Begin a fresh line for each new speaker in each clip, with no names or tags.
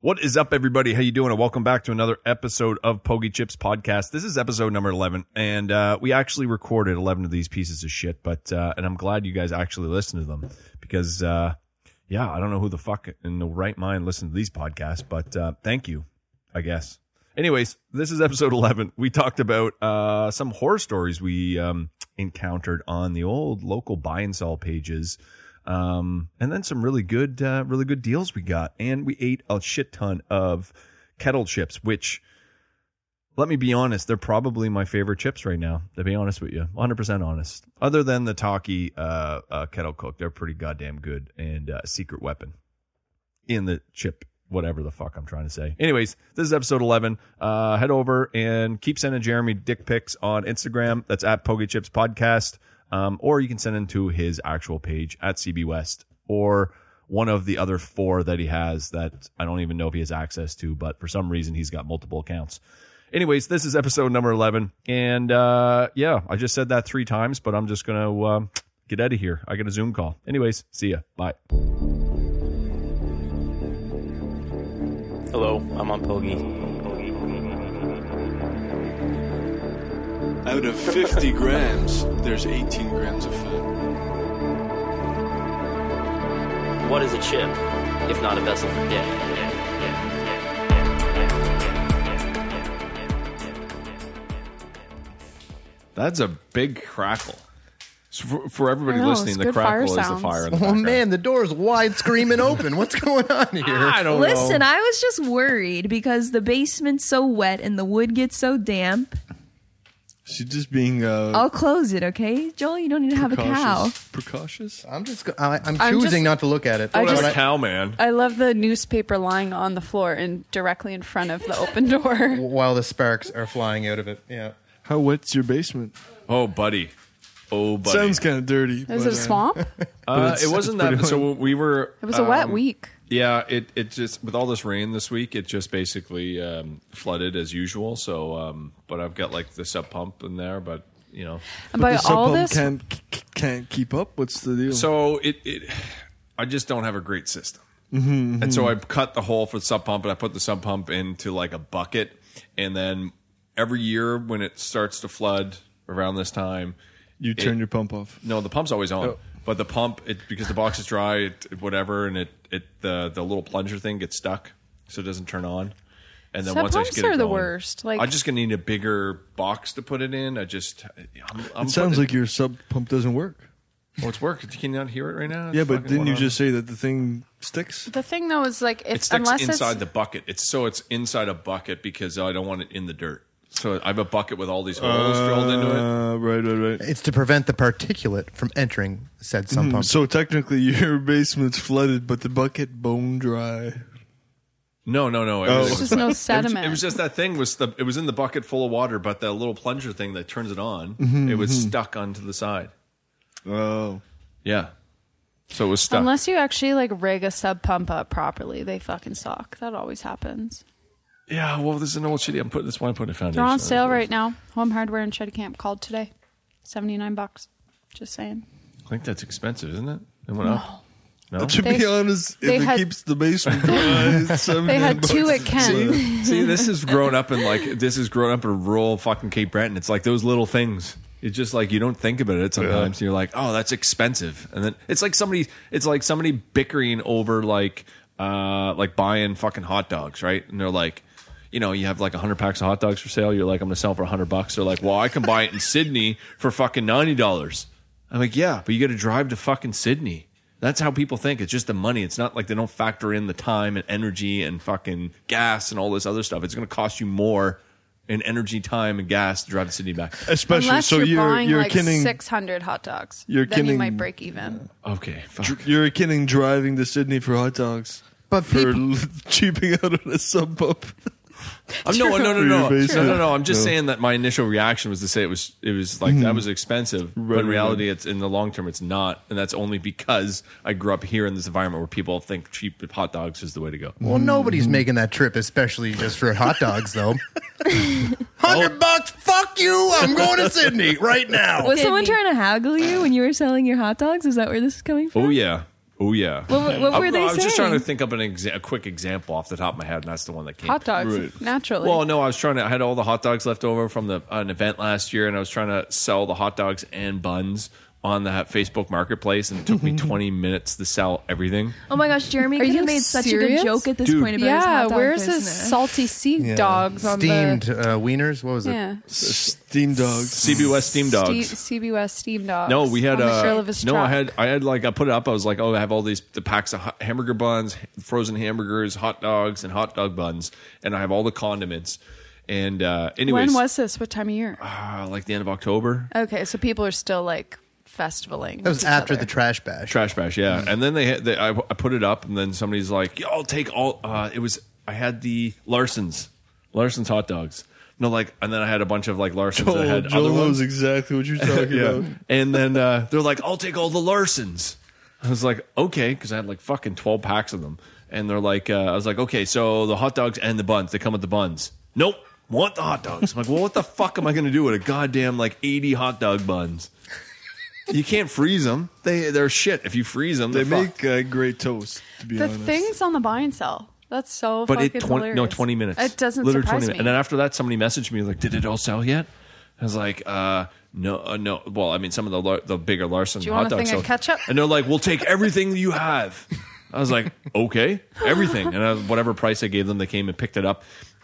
What is up, everybody? How you doing? And welcome back to another episode of Pogi Chips Podcast. This is episode number eleven, and uh, we actually recorded eleven of these pieces of shit. But uh, and I'm glad you guys actually listened to them because, uh, yeah, I don't know who the fuck in the right mind listened to these podcasts, but uh, thank you, I guess. Anyways, this is episode eleven. We talked about uh, some horror stories we um, encountered on the old local buy and sell pages um, and then some really good, uh, really good deals we got, and we ate a shit ton of kettle chips. Which, let me be honest, they're probably my favorite chips right now. To be honest with you, 100 percent honest. Other than the Taki uh, uh, kettle cook, they're pretty goddamn good. And uh, Secret Weapon in the chip. Whatever the fuck I'm trying to say. Anyways, this is episode 11. Uh, head over and keep sending Jeremy dick pics on Instagram. That's at Pokechips Podcast um, or you can send him to his actual page at CB West or one of the other four that he has that I don't even know if he has access to, but for some reason he's got multiple accounts. Anyways, this is episode number 11. And uh, yeah, I just said that three times, but I'm just going to um, get out of here. I got a Zoom call. Anyways, see ya. Bye.
Hello, I'm on Pogi.
Out of 50 grams, there's 18 grams of fat.
What is a chip, if not a vessel for dick?
That's a big crackle. For, for everybody
I know,
listening,
it's
the
good fire
crackle is the
sounds.
fire in the
Oh
background.
man, the door's wide screaming open. What's going on here?
I don't
Listen,
know.
I was just worried because the basement's so wet and the wood gets so damp.
She's just being
Oh,
uh,
I'll close it, okay? Joel, you don't need to have a cow.
precautious. Precautious.
I'm just. Go- I, I'm
I'm
choosing
just-
not to look at it.
I
That's
just-
a cow, man.
I love the newspaper lying on the floor and directly in front of the open door.
while the sparks are flying out of it. Yeah.
How wet's your basement?
Oh, buddy. Oh, buddy.
Sounds kind of dirty.
Is
but,
it a
uh,
swamp?
Uh,
it's-
it wasn't
it's
that.
pretty
So we were. um,
It was a
um,
wet week.
Yeah, it it just with all this rain this week, it just basically um, flooded as usual. So, um, but I've got like the sub pump in there, but you know,
And by
the sub
all
pump
this,
can't c- c- can't keep up. What's the deal?
so it it I just don't have a great system,
Mm-hmm,
and so I cut the hole for the sub pump, and I put the sub pump into like a bucket, and then every year when it starts to flood around this time,
you turn
it-
your pump off.
No, the pump's always
Oh.
on. But the pump, it, because the box is dry, it, it- whatever, and it, it the the little plunger thing gets stuck, so it doesn't turn on. And then
Sub
once I
pumps
get it
are the
going-
worst, like-
I'm just gonna need a bigger box to put it in. I just I'm, I'm
It sounds
putting
like your sub pump doesn't work.
well, it's work. Can you not hear it right now?
Yeah,
It's
but
fucking
didn't you
going on.
just say that the thing sticks?
the thing though is like,
It
if
sticks
unless
inside
it's
the bucket. It's so it's inside a bucket because I don't want it in the dirt. So I have a bucket with all these holes drilled into it.
Uh, right, right, right.
It's to prevent the particulate from entering said sump pump.
So technically, your basement's flooded, but the bucket bone dry.
No, no, no.
Oh.
everything
It's
was
just no
fine. It was- It
sediment.
was just that thing was the it was in the bucket full of water, but that little plunger thing that turns it on, it was stuck onto the side.
Oh,
Yeah, so it was
uh,
stuck.
unless you actually like rig a sub pump up properly, they fucking suck. That always happens.
yeah, well, this is an old shitty. I'm putting this one. I'm putting a foundation.
They're on
on
sale
it.
right now. Home Hardware and Shed Camp called today, seventy nine bucks. Just saying.
I think that's expensive, isn't it? It went up. No.
to
They-
be honest,
they
if it
had-
keeps the basement dry, it's
They had two at Ken.
See, this is grown up in like this is grown up in rural fucking Cape Breton. It's like those little things. It's just like you don't think about it sometimes. You're like, oh, that's expensive, and then it's like somebody, it's like somebody bickering over like, uh, like buying fucking hot dogs, right? And they're like, you know, you have like hundred packs of hot dogs for sale. You're like, I'm gonna sell 'em for hundred bucks. They're like, well, I can buy it in Sydney for fucking ninety dollars. I'm like, yeah, but you got to drive to fucking Sydney. That's how people think. It's just the money. It's not like they don't factor in the time and energy and fucking gas and all this other stuff. It's going to cost you more in energy, time, and gas to drive to Sydney back.
Especially
Unless
so
you're,
you're
buying
you're
like
kidding.
six hundred hot dogs,
you're
then you
kidding-
might break even.
Okay, fuck.
You're kidding driving to Sydney for hot dogs.
But
for
people-
cheaping out on a sub pump.
I'm, no, no, no,
True.
no, no,
True.
no, no, no. I'm just
No.
saying that my initial reaction was to say it was, it was like that was expensive, but
Hmm. Right,
in
right,
reality, it's in the long term, it's not, and that's only because I grew up here in this environment where people think cheap hot dogs is the way to go.
well, nobody's making that trip, especially just for hot dogs, though. Hundred bucks. Fuck you. I'm going to Sydney right now.
Was someone trying to haggle you when you were selling your hot dogs? Is that where this is coming from?
Oh yeah, Oh yeah.
What- what were
I,
they
I was just trying to
saying?
think up an exa- a quick example off the top of my head, and that's the one that came.
Hot dogs,
Right.
naturally.
Well, no, I was trying to. I had all the hot dogs left over from the an event last year, and I was trying to sell the hot dogs and buns on the Facebook Marketplace, and it took me 20 minutes to sell everything.
Oh my gosh, Jeremy
Are
could
you
have made such a
serious?
good joke at this
Dude.
point about his
yeah,
hot dog
where's his
business.
salty sea
Yeah.
dogs on
steamed
the?
uh, wieners? What was it?
Yeah,
Steam dogs.
CB West Steam Dogs.
Ste- CB West steam dogs.
no, we had
on
uh,
the trail of his
no. I
truck.
had I had like I put it up. I was like, oh, I have all these the packs of hot- hamburger buns, frozen hamburgers, hot dogs, and hot dog buns, and I have all the condiments. And uh, anyways,
When was this? What time of year?
uh, like the end of October,
Okay, so people are still like festivaling.
That was after the trash bash.
Trash bash, yeah.
Mm-hmm.
And then they, had- they I, I put it up, and then somebody's like, "Yo, I'll take all." Uh, it was I had the Larson's, Larson's hot dogs. No, like, and then I had a bunch of like Larson's. that
Oh,
had
Joe
other
knows
ones.
exactly what you're talking
yeah.
about.
And then uh, they're like, "I'll take all the Larson's." I was like, "Okay," because I had like fucking twelve packs of them. And they're like, uh, "I was like, okay, so the hot dogs and the buns. They come with the buns." Nope, want the hot dogs. I'm like, "Well, what the fuck am I gonna do with a goddamn like eighty hot dog buns?" You can't freeze them. They they're shit. If you freeze them,
They
they're
make uh, great toast. To be
the
honest,
things on the buy and sell. That's so.
But
fucking
it twenty
hilarious.
no twenty minutes.
It doesn't
Literally
surprise me.
minutes. And then after that, somebody messaged me like, "Did it all sell yet?" I was like, uh, "No, uh, no." Well, I mean, some of the lar- the bigger Larson
Do you
hot
want a
dogs
thing
sold.
of ketchup?
and they're like, "We'll take everything you have." I was like, "Okay, everything." And I, whatever price I gave them, they came and picked it up.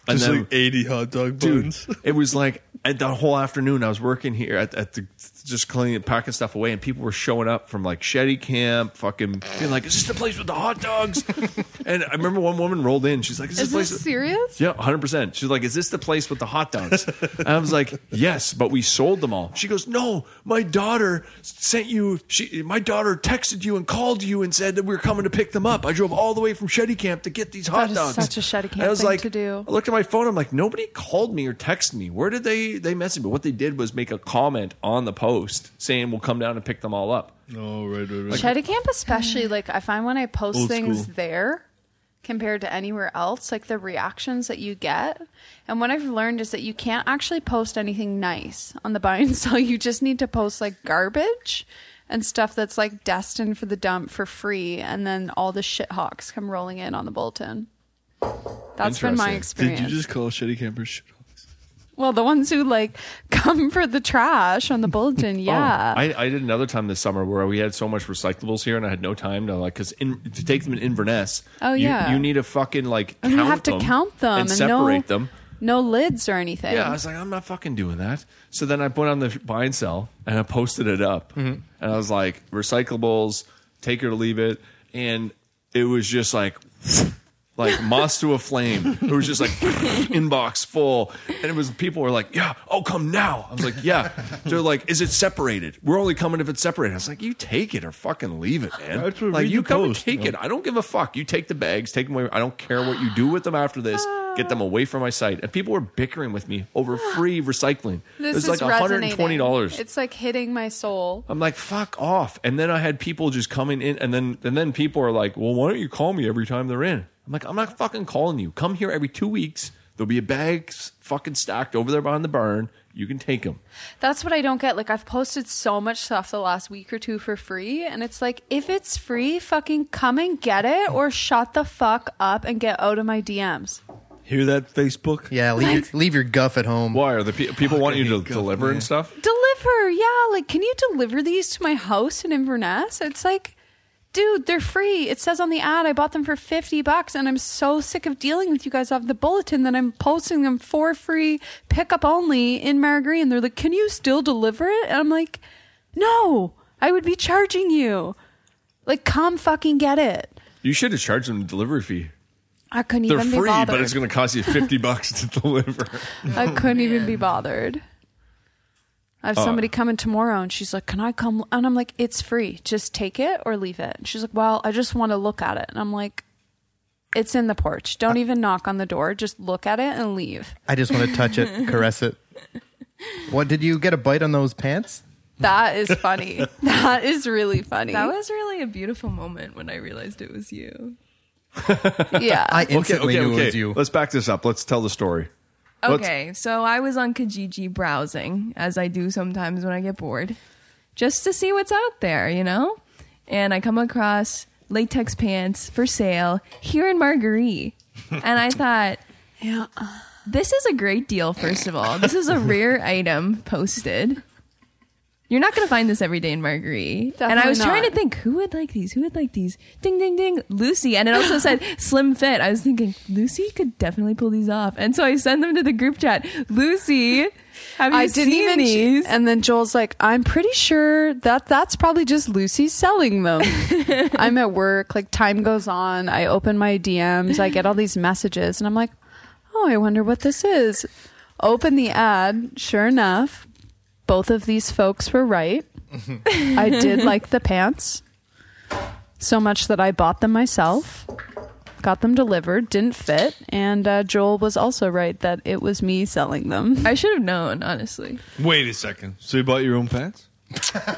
And
Just
then,
like 80 hot dog
dude,
buns.
it was like at the whole afternoon. I was working here at, at the just cleaning, packing stuff away, and people were showing up from like Shetty Camp, fucking being like, "Is this the place with the hot dogs?" and I remember one woman rolled in. She's like, "Is this,
Is
the place?"
this
with-"
serious?
Yeah, hundred percent. She's like, "Is this the place with the hot dogs?" And I was like, "Yes, but we sold them all." She goes, "No, my daughter sent you. She, my daughter texted you and called you and said that we were coming to pick them up. I drove all the way from Shetty Camp to get these hot
is
dogs."
such a Shetty
And I
Camp
was
thing
like,
to do.
I looked at my phone. I'm like, nobody called me or texted me. Where did they they message me? What they did was make a comment on the post saying, "We'll come down and pick them all up."
Oh, right, right, right.
Shetty Camp, especially, like I find when I post
Old
things
school.
there compared to anywhere else, like the reactions that you get. And what I've learned is that you can't actually post anything nice on the buy and sell. You just need to post like garbage and stuff that's like destined for the dump for free, and then all the shithawks come rolling in on the bulletin. That's been my
Interesting.
experience.
Did you just call Shetty Campers shit hogs?
well, the ones who like come for the trash on the bulletin, yeah.
Oh, I, I did another time this summer where we had so much recyclables here, and I had no time to like because to take them in Inverness.
Oh,
you-
yeah.
you, need to fucking like
and
count
you have to
them
count them
and, separate
no,
them.
No lids or anything.
Yeah, I was like, I'm not fucking doing that. So then I put on the buy and sell, and I posted it up,
Mm-hmm.
and I was like, recyclables, take it or leave it, and it was just like. Like moss to a flame. It was just like inbox full, and it was people were like, "Yeah, oh come now." I was like, "Yeah." They're like, "Is it separated? We're only coming if it's separated." I was like, "You take it or fucking leave it, man.
That's what
like
we
you
do
come
post,
and take
you
it. I don't give a fuck. You take the bags, take them away. I don't care what you do with them after this. Get them away from my site. And people were bickering with me over free recycling.
This
it was
is
like
resonating.
$120.
It's like hitting my soul.
I'm like, fuck off. And then I had people just coming in and then and then people are like, Well, why don't you call me every time they're in? I'm like, I'm not fucking calling you. Come here every two weeks. There'll be a bag s- fucking stacked over there behind the barn. You can take them.
That's what I don't get. Like I've posted so much stuff the last week or two for free, and it's like if it's free, fucking come and get it, or shut the fuck up and get out of my DMs.
Hear that, Facebook?
Yeah, leave, leave your guff at home.
Why are the pe- people want you to
Fucking
deliver
government.
and stuff?
Deliver, yeah. Like, can you deliver these to my house in Inverness? It's like. Dude, they're free. It says on the ad I bought them for 50 bucks and I'm so sick of dealing with you guys off the bulletin that I'm posting them for free, pickup only in Margarine. They're like, "Can you still deliver it?" And I'm like, "No. I would be charging you." Like, come fucking get it.
You should have charged them a delivery fee.
I couldn't
They're
even be
free,
bothered.
but it's going to cost you 50 bucks to deliver.
I couldn't even be bothered. I have somebody coming tomorrow and she's like, Can I come? And I'm like, It's free. Just take it or leave it. And she's like, Well, I just want to look at it. And I'm like, It's in the porch. Don't even knock on the door. Just look at it and leave.
I just want to touch it, caress it. What did you get a bite on those pants?
That is funny. that is really funny.
That was really a beautiful moment when I realized it was you.
yeah.
I instantly knew it was you.
Let's back this up. Let's tell the story. Let's-
Okay, so I was on Kijiji browsing, as I do sometimes when I get bored, just to see what's out there, you know? And I come across latex pants for sale here in Marguerite. And I thought,
Yeah.
this is a great deal, first of all. This is a rare item posted. You're not going to find this every day in Marguerite. and I
Definitely
was trying
not.
to think, who would like these? Who would like these? Ding, ding, ding. Lucy. And it also said slim fit. I was thinking, Lucy could definitely pull these off. And so I send them to the group chat. Lucy, have you
I didn't
seen
even.
these?
And then Joel's like, I'm pretty sure that that's probably just Lucy selling them. I'm at work. Like time goes on. I open my DMs. I get all these messages, and I'm like, oh, I wonder what this is. Open the ad. Sure enough, both of these folks were right. I did like the pants so much that I bought them myself. Got them delivered, didn't fit, and uh, Joel was also right that it was me selling them.
I should have known, honestly.
Wait a second. So you bought your own pants?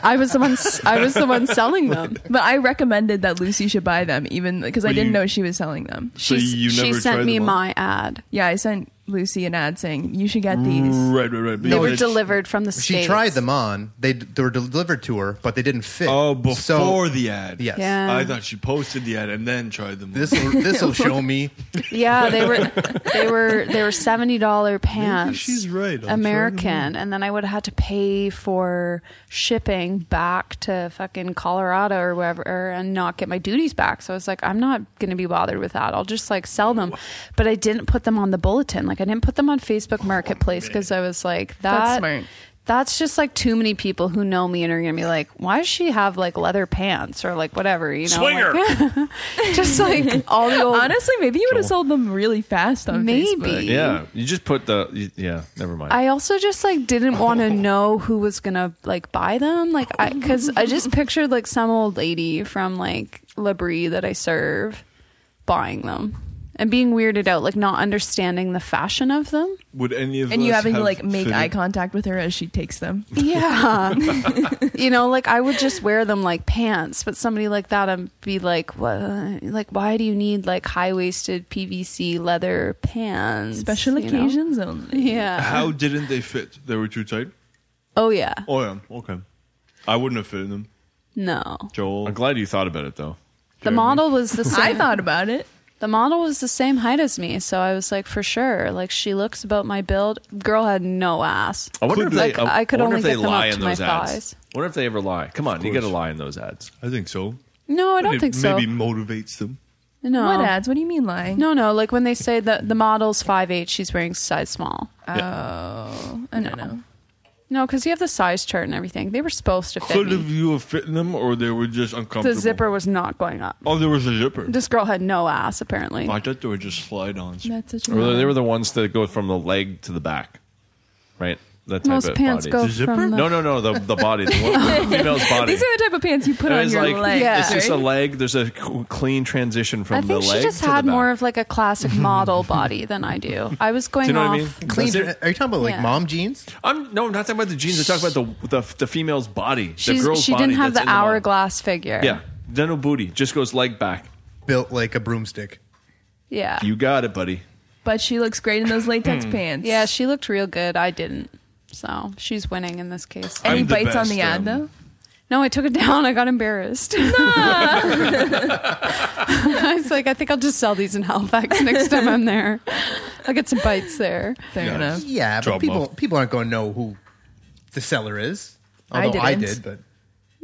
I was the one. I was the one selling them.
But I recommended that Lucy should buy them, even because I
Well,
didn't
you-
know she was selling them.
So
She's-
you
she
never
sent
tried
me
them on?
my ad.
Yeah, I sent Lucy an ad saying, you should get
Mm.
these.
Right, right, right. But
They
you
were
did-
delivered from the
She
states.
tried them on. They they were delivered to her, but they didn't fit.
Oh, before
So
the ad.
yes,
Yeah.
I thought she posted the ad and then tried them. on.
this this will show me.
Yeah, they were. They were. They were seventy dollar pants.
she's right. I'll try
American, and then I would have had to pay for shipping back to fucking Colorado or wherever, and not get my duties back. So I was like, I'm not gonna be bothered with that. I'll just like sell them. But I didn't put them on the bulletin. Like I didn't put them on Facebook
Oh,
Marketplace because I was like, that.
That's smart.
that's just like too many people who know me and are gonna be like, why does she have like leather pants or like whatever, you know?
Swinger.
Like, just like all the old.
Honestly, maybe you would have sold them really fast on
Maybe.
Facebook.
Yeah, you just put the you- yeah. Never mind.
I also just like didn't want to know who was gonna like buy them, like I because I just pictured like some old lady from like La Brie that I serve buying them and being weirded out, like not understanding the fashion of them.
Would any of
And you
us
having to
have
like make
fitted-
eye contact with her as she takes them.
Yeah, you know, like I would just wear them like pants, but somebody like that and be like, what? Like, why do you need like high waisted PVC leather pants?
Special
you know?
occasions only.
Yeah.
How didn't they fit? They were too tight.
Oh yeah.
Oh yeah. Okay. I wouldn't have fitted them,
No.
Joel.
I'm glad you thought about it though.
The model was the same.
I thought about it.
the model was the same height as me, so I was like, for sure. Like she looks about my build. Girl had no ass.
I wonder
Could
if they,
like, I could
wonder
only
if they
get them
lie
up
in
to my
those ads.
thighs.
Wonder if they ever lie. Come on, you got to
course.
lie in those ads.
I think so.
No, I don't
it
think so.
Maybe motivates them.
No.
What ads? What do you mean lying?
No, no. Like when they say that the model's five eight, she's wearing size small.
Oh, I don't know.
No, because you have the size chart and everything. They were supposed to fit
Could
me.
have you have fitted them, or they were just
The
uncomfortable?
zipper was not going up.
Oh, there was a zipper.
This girl had no ass, apparently.
I thought they were just slide-ons.
That's such a
Or they-
lie.
they were the ones that go from the leg to the back, right? That type
Most
of
pants
body.
go
The zipper?
from the.
No, no, no. The the body, the, one, the female's body.
These are the type of pants you put
And
on
it's
your
like
legs.
Yeah.
it's just a
right?
leg. There's a c- clean transition from
I think
the
she
leg
just
to the
had more
back.
of like a classic model body than I do. I was going
Do you know
off.
what I mean?
Clean.
That's
Are
it.
you talking about like
Yeah.
mom jeans?
I'm no, I'm not talking about the jeans. I'm talking about the the, the female's body,
She's,
the girl's
she
body
didn't have
that's
the
in model.
hourglass figure.
Yeah, dental booty just goes leg back.
Built like a broomstick.
Yeah.
You got it, buddy.
But she looks great in those
Hmm.
latex pants.
Yeah, she looked real good. I didn't. So she's winning in this case.
Any
I'm the
bites on
best,
the ad
um,
though?
No, I took it down. I got embarrassed. I was like, I think I'll just sell these in Halifax next time I'm there. I'll get some bites there.
Fair
Yeah.
enough.
Yeah, but
Drop 'em
people
off.
people aren't going to know who the seller is.
I
Although I
didn't.
did, but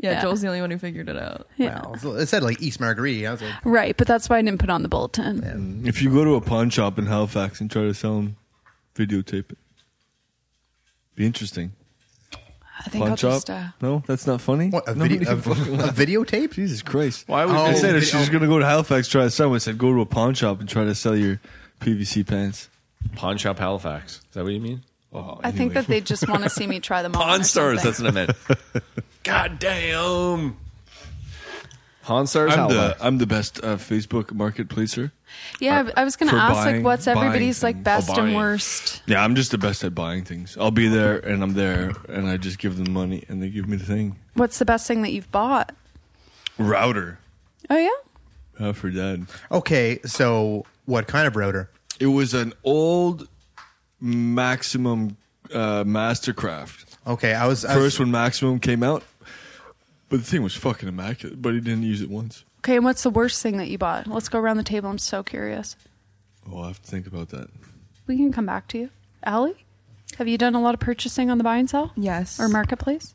Yeah,
Yeah.
Joel's the only one who figured it out.
Yeah.
well, it said like East Marguerite. I was like,
Right, but that's why I didn't put on the bulletin.
If you go to a pawn shop in Halifax and try to sell them, videotape it. Be interesting.
I think
Pawn
I'll
shop?
just. Uh,
no, that's not funny.
what a,
Nobody
video, a,
fucking
a
laugh.
videotape?
Jesus Christ!
Why would
Oh,
I said if
video-
she's gonna go to Halifax, try to sell. I said go to a pawn shop and try to sell your PVC pants.
pawn shop Halifax? Is that what you mean?
Oh,
I think
anyway.
that they just want to see me try them on.
Pawn
or
stars.
something.
That's what I meant. God damn. Pawn stars.
I'm the
Halifax.
I'm the best uh, Facebook marketplacer.
yeah, I was going to
For
ask,
buying-
like, what's
buying
everybody's, like,
things.
best
Oh,
and
buying.
worst?
Yeah, I'm just the best at buying things. I'll be there and I'm there and I just give them money and they give me the thing.
What's the best thing that you've bought?
Router.
Oh, yeah?
Uh, for dad.
Okay, so what kind of router?
It was an old maximum uh, Mastercraft.
Okay, I was I was-
First when Maximum came out. But the thing was fucking immaculate, but he didn't use it once.
Okay, and what's the worst thing that you bought? Let's go around the table. I'm so curious.
Oh, I have to think about that.
We can come back to you. Allie, have you done a lot of purchasing on the buy and sell?
Yes.
Or marketplace?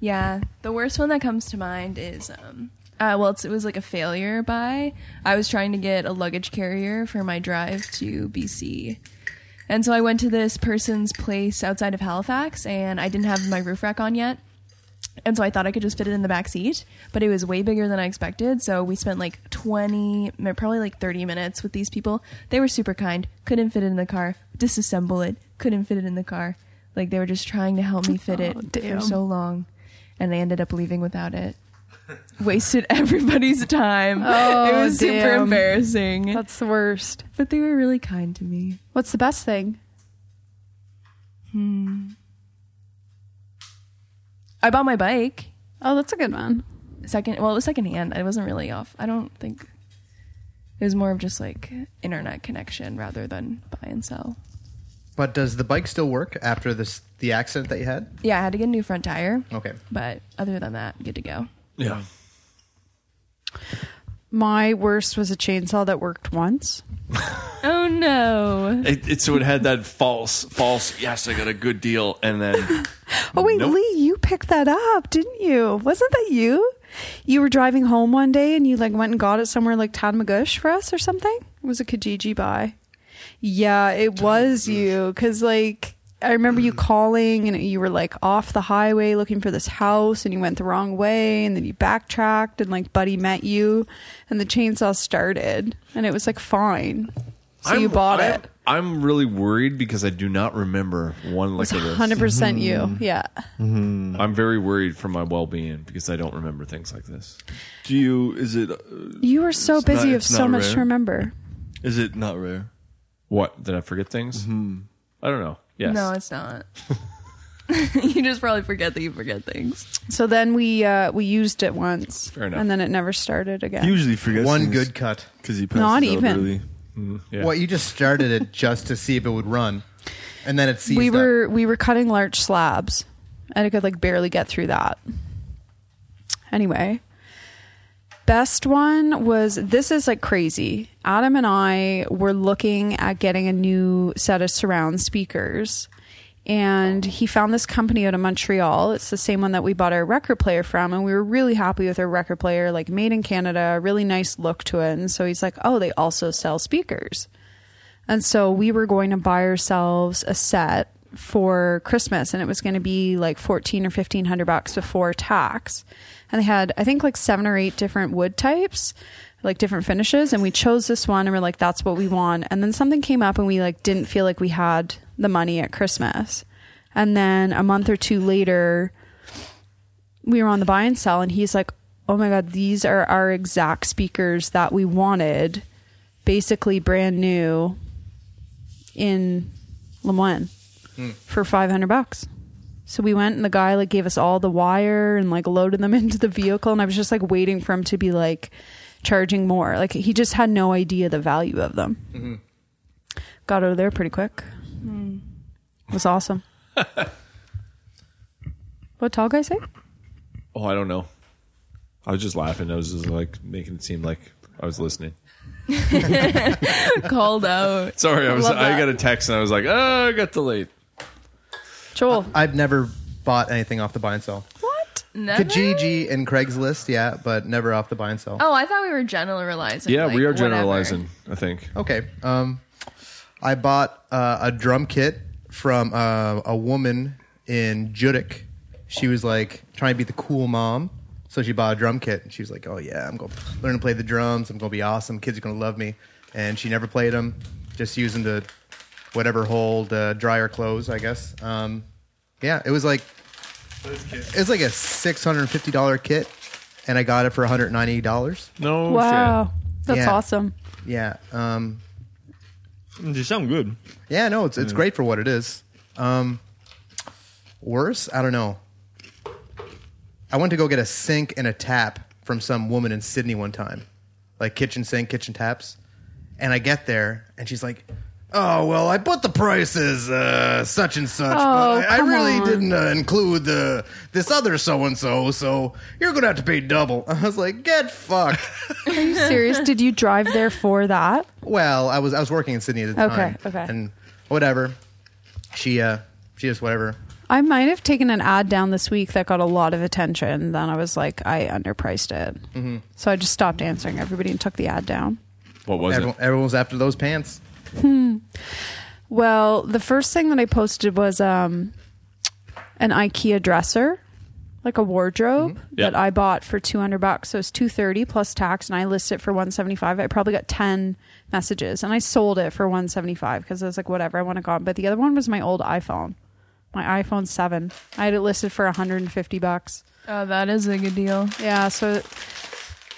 Yeah, the worst one that comes to mind is um, uh, well, it's, it was like a failure buy. I was trying to get a luggage carrier for my drive to BC, and so I went to this person's place outside of Halifax, and I didn't have my roof rack on yet, and so I thought I could just fit it in the back seat, but it was way bigger than I expected. So we spent like twenty, no, probably like thirty minutes with these people. They were super kind. Couldn't fit it in the car. Disassemble it. Couldn't fit it in the car. Like they were just trying to help me fit it
Oh,
for
damn.
so long and I ended up leaving without it. Wasted everybody's time.
Oh,
it was super
damn.
embarrassing.
That's the worst.
but they were really kind to me.
What's the best thing?
I bought my bike
Oh, that's a good one.
second. Well, it was secondhand. I wasn't really off. I don't think it was more of just like internet connection rather than buy and sell.
But does the bike still work after this the accident that you had?
Yeah, I had to get a new front tire,
Okay.
but other than that, good to go.
Yeah.
My worst was a chainsaw that worked once.
Oh no!
It, it, so it had that false, false, yes, I got a good deal. And then,
Oh wait,
Nope.
Lee, you picked that up, didn't you? Wasn't that you? You were driving home one day and you like went and got it somewhere like Todd Magush for us or something. It was a Kijiji buy. Yeah, it was you because like I remember you calling and you were like off the highway looking for this house and you went the wrong way and then you backtracked and like Buddy met you and the chainsaw started and it was like fine. So you bought
I'm-
it.
I'm really worried because I do not remember one lick of this.
Hundred percent you.
Mm-hmm.
Yeah.
I'm very worried for my well being because I don't remember things like this.
Do you? Is it? Uh,
You were so
It's not-
busy you have
it's
so
not
much
rare.
to remember.
is it not rare?
What? Did I forget things?
Mm-hmm.
I don't know. Yes.
No, it's not. you just probably forget that you forget things.
So then we uh, we used it once,
Fair enough.
and then it never started again.
He usually forgets
One good cut.
because he passes
Not
out
even.
early.
Yeah.
Well, you just started it just to see if it would run, and then it seized
we
up.
were we were cutting large slabs, and it could like barely get through that. Anyway, best one was this is like crazy. Adam and I were looking at getting a new set of surround speakers. And he found this company out of Montreal. It's the same one that we bought our record player from. And we were really happy with our record player, like made in Canada, really nice look to it. And so he's like, oh, they also sell speakers. And so we were going to buy ourselves a set for Christmas and it was going to be like 14 or 1500 bucks before tax. And they had I think like seven or eight different wood types, like different finishes and we chose this one and we're like that's what we want. And then something came up and we like didn't feel like we had the money at Christmas. And then a month or two later we were on the buy and sell and he's like, "Oh my god, these are our exact speakers that we wanted." Basically brand new in Lemoine for 500 bucks. So we went and the guy like gave us all the wire and like loaded them into the vehicle and I was just like waiting for him to be like charging more. Like he just had no idea the value of them. Got out of there pretty quick. It was awesome. what tall guy say?
Oh, I don't know. I was just laughing. I was just like making it seem like I was listening.
Called out.
Sorry, I was.
love
I
that.
got a text and I was like, oh, I got delayed.
Joel.
I've never bought anything off the buy and sell.
what?
Never.
Kijiji and Craigslist, yeah, but never off the buy and sell.
Oh, I thought we were generalizing.
Yeah,
like,
we are
whatever.
generalizing. I think.
Okay. Um, I bought uh, a drum kit from uh, a woman in Judic. She was like trying to be the cool mom. So she bought a drum kit and she was like, oh, yeah, I'm going to learn to play the drums. I'm going to be awesome. Kids are going to love me. And she never played them, just used them to whatever hold, uh, dry her clothes, I guess. Um, yeah, it was like, it was like a $650 kit and I got it for $190.
No.
wow. That's
Yeah.
awesome.
Yeah. Um,
Mm, They sound good.
Yeah, no, it's it's great for what it is. Um, worse, I don't know. I went to go get a sink and a tap from some woman in Sydney one time, like kitchen sink, kitchen taps, and I get there and she's like, oh well, I put the prices uh, such and such,
Oh,
but I, I
come
really
on.
didn't uh, include the this other so and so, so you're gonna have to pay double. I was like, get fucked.
Are you serious? Did you drive there for that?
Well, I was I was working in Sydney at the
Okay,
time.
okay.
And whatever. She uh she just whatever.
I might have taken an ad down this week that got a lot of attention. Then I was like, I underpriced it. So I just stopped answering everybody and took the ad down.
What was
Everyone,
it?
everyone was after those pants.
Well, the first thing that I posted was um, an IKEA dresser, like a wardrobe
Yeah.
that I bought for 200 bucks. So it's 230 plus tax and I listed it for 175. I probably got 10 messages and I sold it for 175 because I was like whatever, I want to go. But the other one was my old iPhone. My iPhone 7. I had it listed for 150 bucks.
Oh, that is a good deal.
Yeah, so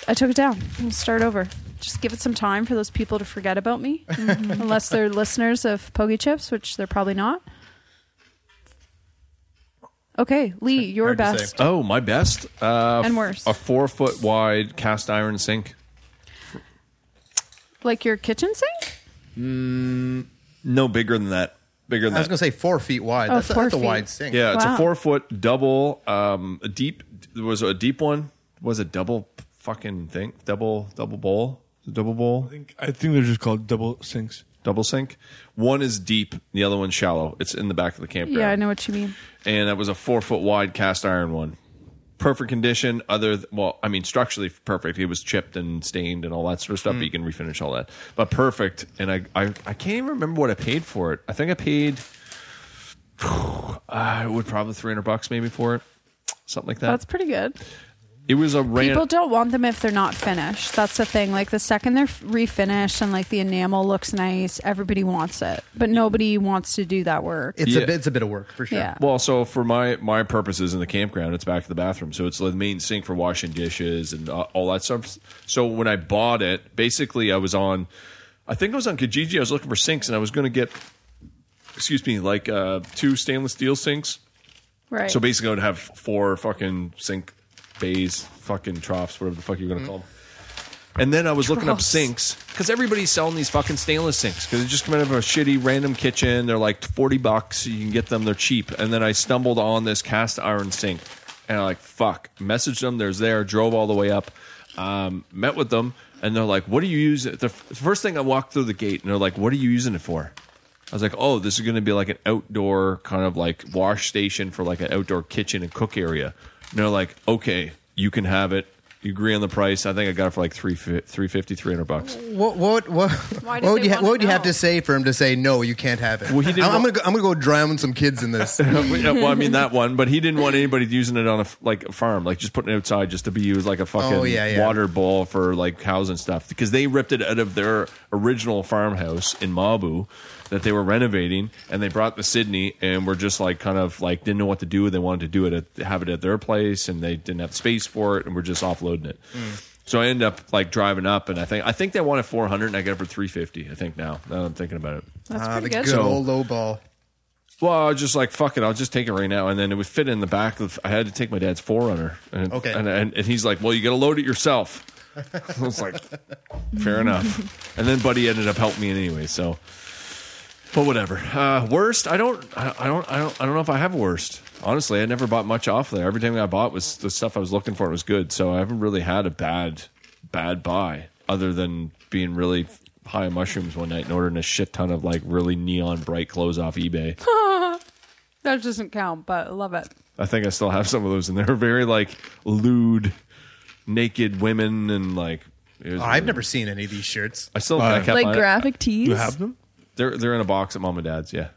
I took it down and start over. Just give it some time for those people to forget about me, unless they're listeners of Pogi Chips, which they're probably not. Okay, Lee, your
Hard to say.
best.
Oh, my best. Uh,
And worst.
A four foot wide cast iron sink.
Like your kitchen sink?
No bigger than that. Bigger
I
than
was
that.
gonna say four feet wide.
Oh,
that's,
four
that's a
feet.
wide sink.
Yeah, it's a
Wow.
four foot double. Um, a deep. There was a deep one. Was a double fucking thing. Double double bowl. Is it Double bowl.
I think, I think they're just called double sinks.
Double sink. One is deep. The other one's shallow. It's in the back of the campground.
Yeah, I know what you mean.
and that was a four foot wide cast iron one. Perfect condition, other th- well, I mean, structurally perfect. It was chipped and stained and all that sort of stuff, but you can refinish all that. But perfect, and I, I, I can't even remember what I paid for it. I think I paid, I would probably three hundred bucks maybe for it, something like that.
That's pretty good.
it was a random.
People don't want them if they're not finished. That's the thing. Like the second they're f- refinished and like the enamel looks nice, everybody wants it, but nobody wants to do that work.
It's
Yeah.
a bit it's a bit of work for sure.
Yeah.
Well, so for my my purposes in the campground, it's back to the bathroom. So it's the main sink for washing dishes and uh, all that stuff. So when I bought it, basically I was on, I think I was on Kijiji. I was looking for sinks, and I was going to get, excuse me, like uh, two stainless steel sinks.
right.
So basically, I would have four fucking sink bays, fucking troughs, whatever the fuck you're going to call 'em. call them. And then I was looking up
Mm. Troughs.
sinks because everybody's selling these fucking stainless sinks because they just come out of a shitty random kitchen. They're like 40 bucks. You can get them, they're cheap. And then I stumbled on this cast iron sink and I like, fuck, messaged them. There's there, drove all the way up, um, met with them. And they're like, what do you use? it- The f- first thing I walked through the gate and they're like, what are you using it for? I was like, oh, this is going to be like an outdoor kind of like wash station for like an outdoor kitchen and cook area. And they're like, okay, you can have it. You agree on the price. I think I got it for like three fi- 350, 300 bucks.
What what what,
Why
what
did
would
they
you ha-
wanna
what would you have
know?
to say for him to say no? You can't have it.
Well, he didn't
I'm, I'm
wa-
gonna go, I'm gonna go drown some kids in this.
well, I mean that one, but he didn't want anybody using it on a f- like a farm, like just putting it outside just to be used like a fucking
Oh, yeah, yeah.
water bowl for like cows and stuff because they ripped it out of their original farmhouse in Mabu that they were renovating and they brought to Sydney and were just like kind of like didn't know what to do. They wanted to do it at, have it at their place and they didn't have space for it and we're just offloading it.
Mm.
So I end up like driving up and I think I think they wanted 400 and I got it for 350. I think now now that I'm thinking about it.
That's
Uh,
Ah, the
pretty
good
good.
old low ball.
Well, I was just like, fuck it, I'll just take it right now. And then it would fit in the back of, I had to take my dad's Forerunner. And,
Okay.
And, and, and he's like, well, you got to load it yourself. I was like, fair enough. And then Buddy ended up helping me anyway, so. But whatever. Uh, worst, I don't, I I don't, I don't, I don't know if I have a worst. Honestly, I never bought much off there. Everything I bought was the stuff I was looking for. It was good, so I haven't really had a bad, bad buy other than being really high on mushrooms one night and ordering a shit ton of like really neon bright clothes off eBay.
That doesn't count, but I love it.
I think I still have some of those, and they're very like lewd, naked women, and like it was
Oh, I've
weird.
never seen any of these shirts.
I still I kept
Like
mine.
graphic tees.
You have them?
They're they're in a box at mom and dad's. Yeah,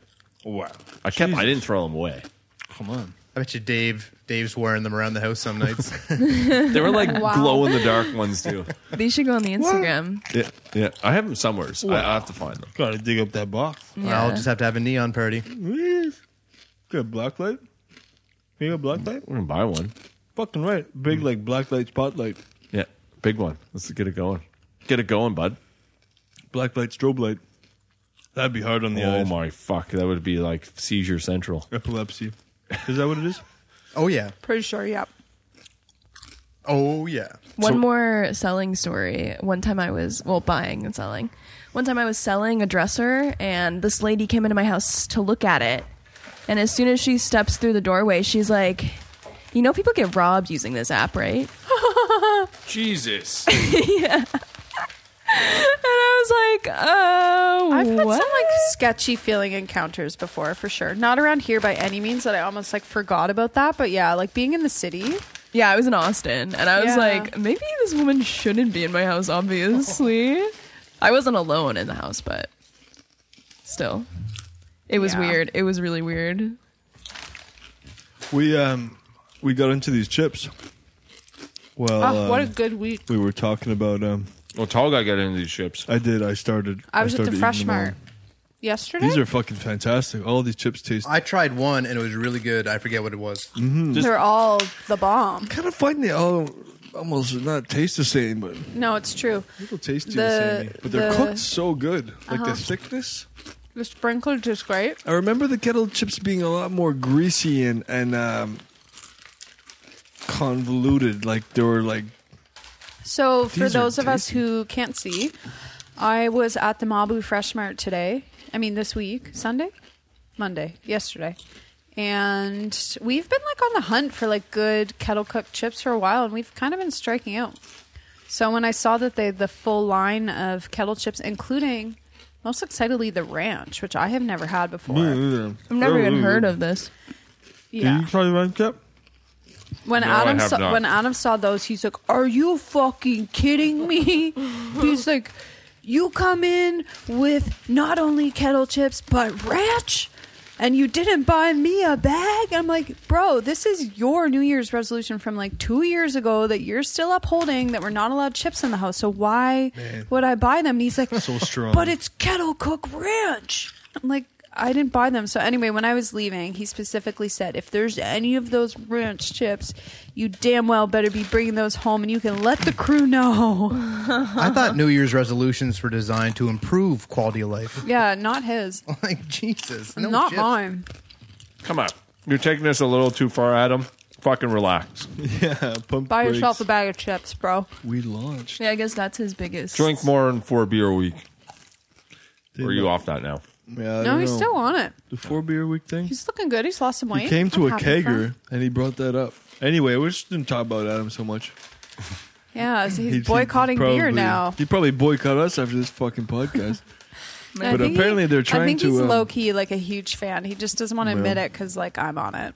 Wow.
I kept. I didn't throw them away.
Come on.
I bet you Dave Dave's wearing them around the house some nights.
They were like
Wow.
glow in the dark ones too.
These should go on the Instagram.
Yeah, yeah. I have them somewhere. So I, I have to find them.
Gotta dig up that box.
Yeah.
I'll just have to have a neon party.
Please. Got a black light? You got a black light?
We're gonna buy one.
Fucking right. Big like black light spotlight.
Yeah, big one. Let's get it going. Get it going, bud.
Black light strobe light. That'd be hard on the
Oh
eyes.
my fuck, that would be like seizure central.
Epilepsy. Is that what it is?
Oh yeah.
Pretty sure, yeah.
Oh yeah.
One more selling story. One time I was, well, buying and selling. one time I was selling a dresser, and this lady came into my house to look at it. And as soon as she steps through the doorway, she's like, "You know, people get robbed using this app, right?"
Jesus.
And I was like, "Oh,
I've had
what?
some like sketchy feeling encounters before, for sure. Not around here by any means. That I almost like forgot about that. But yeah, like being in the city.
Yeah, I was in Austin, and I was
Yeah.
like, maybe this woman shouldn't be in my house. Obviously, I wasn't alone in the house, but still, it was
Yeah.
weird. It was really weird.
We um we got into these chips. Well,
Oh, what a
um,
good week!
we were talking about. Um,
Well, tall guy got into these chips.
I did. I started.
I was at
started
the
eating
Fresh
them all.
Mart yesterday.
These are fucking fantastic. All these chips taste. I
I tried one and it was really good. I forget what it was.
They're all the bomb.
kind of find they all almost not taste the same, but
No, it's true.
little tasty
The- Uh-huh.
and samey. But they're
the-
cooked so good, like the thickness.
The sprinkles is great.
I remember the kettle chips being a lot more greasy and and um, convoluted. Like they were like
So, for
These are
those of us
tasty.
who can't see, I was at the Mabu Fresh Mart today. I mean, this week, Sunday, Monday, yesterday. And we've been like on the hunt for like good kettle cooked chips for a while, and we've kind of been striking out. So, when I saw that they had the full line of kettle chips, including most excitedly the ranch, which I have never had before.
I've never even heard of this.
Yeah.
try the ranch chip?
When
No, I
Adam
have
saw,
not.
when Adam saw those, he's like, "Are you fucking kidding me?" he's like, "You come in with not only kettle chips but ranch, and you didn't buy me a bag." I'm like, "Bro, this is your New Year's resolution from like two years ago that you're still upholding that we're not allowed chips in the house. So why would I buy them?" And he's like,
So strong.
But it's kettle cook ranch. I'm like, I didn't buy them. So anyway, when I was leaving, he specifically said, if there's any of those ranch chips, you damn well better be bringing those home, and you can let the crew know.
I thought New Year's resolutions were designed to improve quality of life.
yeah, not his,
Oh,
like Jesus, no
not
chips.
mine.
Come on, you're taking this a little too far, Adam. Fucking relax.
Yeah, pump
Buy
brakes.
yourself a bag of chips, bro.
We launched.
Yeah, I guess that's his biggest.
Drink more than four beer a week. Or are you off that now?
Yeah, I
No,
don't
he's
know.
still on it.
the four beer week thing.
He's looking good. He's lost some weight.
He came to
I'm
a
happy for him.
kegger and he brought that up. Anyway, we just didn't talk about Adam so much.
Yeah, so he's
He'd- he'd
boycotting beer
probably-
now.
He probably boycott us after this fucking podcast.
I
but
think
apparently
he-
they're
I
trying
think
to,
he's
um,
low key like a huge fan. He just doesn't want to admit it because like I'm on it.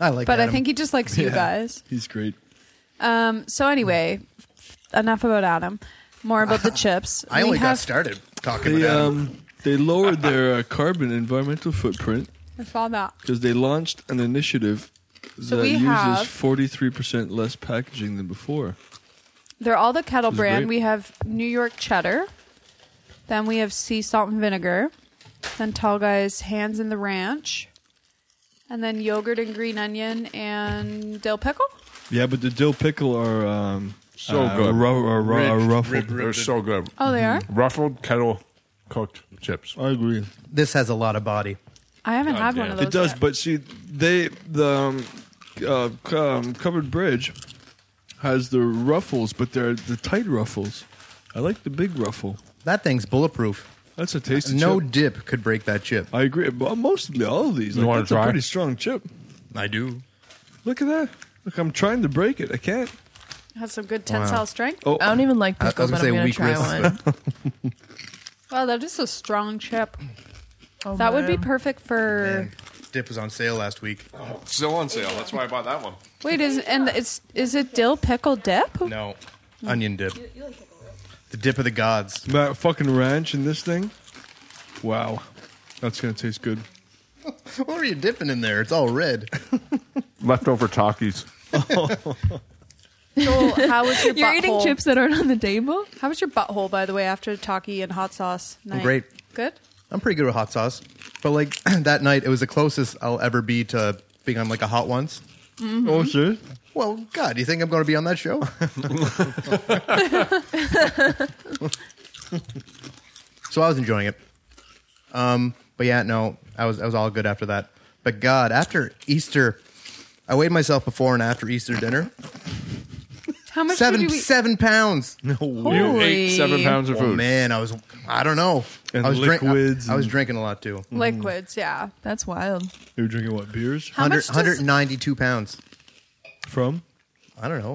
I like.
But I
Adam.
think he just likes you
Yeah.
guys.
he's great.
Um, so anyway, enough about Adam. More about the chips.
I
We
only got
have-
started talking
They
about Adam.
um they lowered their uh, carbon environmental footprint
I saw that.
because they launched an initiative
So
that
we
uses
have-
forty three percent less packaging than before.
They're all the kettle
This is
brand.
great.
We have New York cheddar. Then we have sea salt and vinegar. Then Tall Guy's hands in the ranch. And then yogurt and green onion and dill pickle.
Yeah, but the dill pickle are um
So
uh,
good.
ru- are ru- are
Ridged,
ruffled.
ribbed,
They're
ribbed.
so good.
Oh, they are.
Mm-hmm.
Ruffled kettle cooked chips.
I agree.
This has a lot of body.
I haven't had one
damn.
of those.
It
It does,
yet.
but see, they the um, uh, c- um, covered bridge has the ruffles, but they're the tight ruffles. I like the big ruffle.
That thing's bulletproof.
That's a tasty
No
chip.
dip could break that chip.
I agree. But mostly all of these.
You
Like,
wanna
that's
try?
a pretty strong chip.
I do.
Look at that. Look, I'm trying to break it. I can't.
has some good tensile strength.
Oh,
I don't even like
I- I was
pickle,
gonna
but
say
I'm gonna
weak
try
wrist.
one.
Wow, that is a strong chip.
Oh,
that would be
man.
perfect for.
Dip was on sale last week.
Still on sale. That's why I bought that one.
Wait, is and it's is it dill pickle dip?
No,
Mm.
onion dip. The dip of the gods.
that fucking ranch in this thing. Wow, that's gonna taste good.
What are you dipping in there? It's all red.
Leftover Takis.
Joel, how was your
You're
butthole?
eating chips that aren't on the table.
How was your butthole, by the way, after taki and hot sauce
Oh,
night?
Great.
Good.
I'm pretty good with hot sauce, but like that night, it was the closest I'll ever be to being on like a hot ones.
Oh, sure.
Well, God, you think I'm going to be on that show? so I was enjoying it. Um, but yeah, no, I was I was all good after that. But God, after Easter, I weighed myself before and after Easter dinner.
How much
Seven
food do we?
seven pounds.
No,
Holy.
You ate seven pounds of
Oh,
food.
man, I was I don't know.
And
I was drink- I-
liquids
I, was
and-
drinking a lot
Mm.
too.
liquids. Yeah.
That's wild.
you're drinking what beers
How
100
much does-
192 pounds.
from?
I don't know,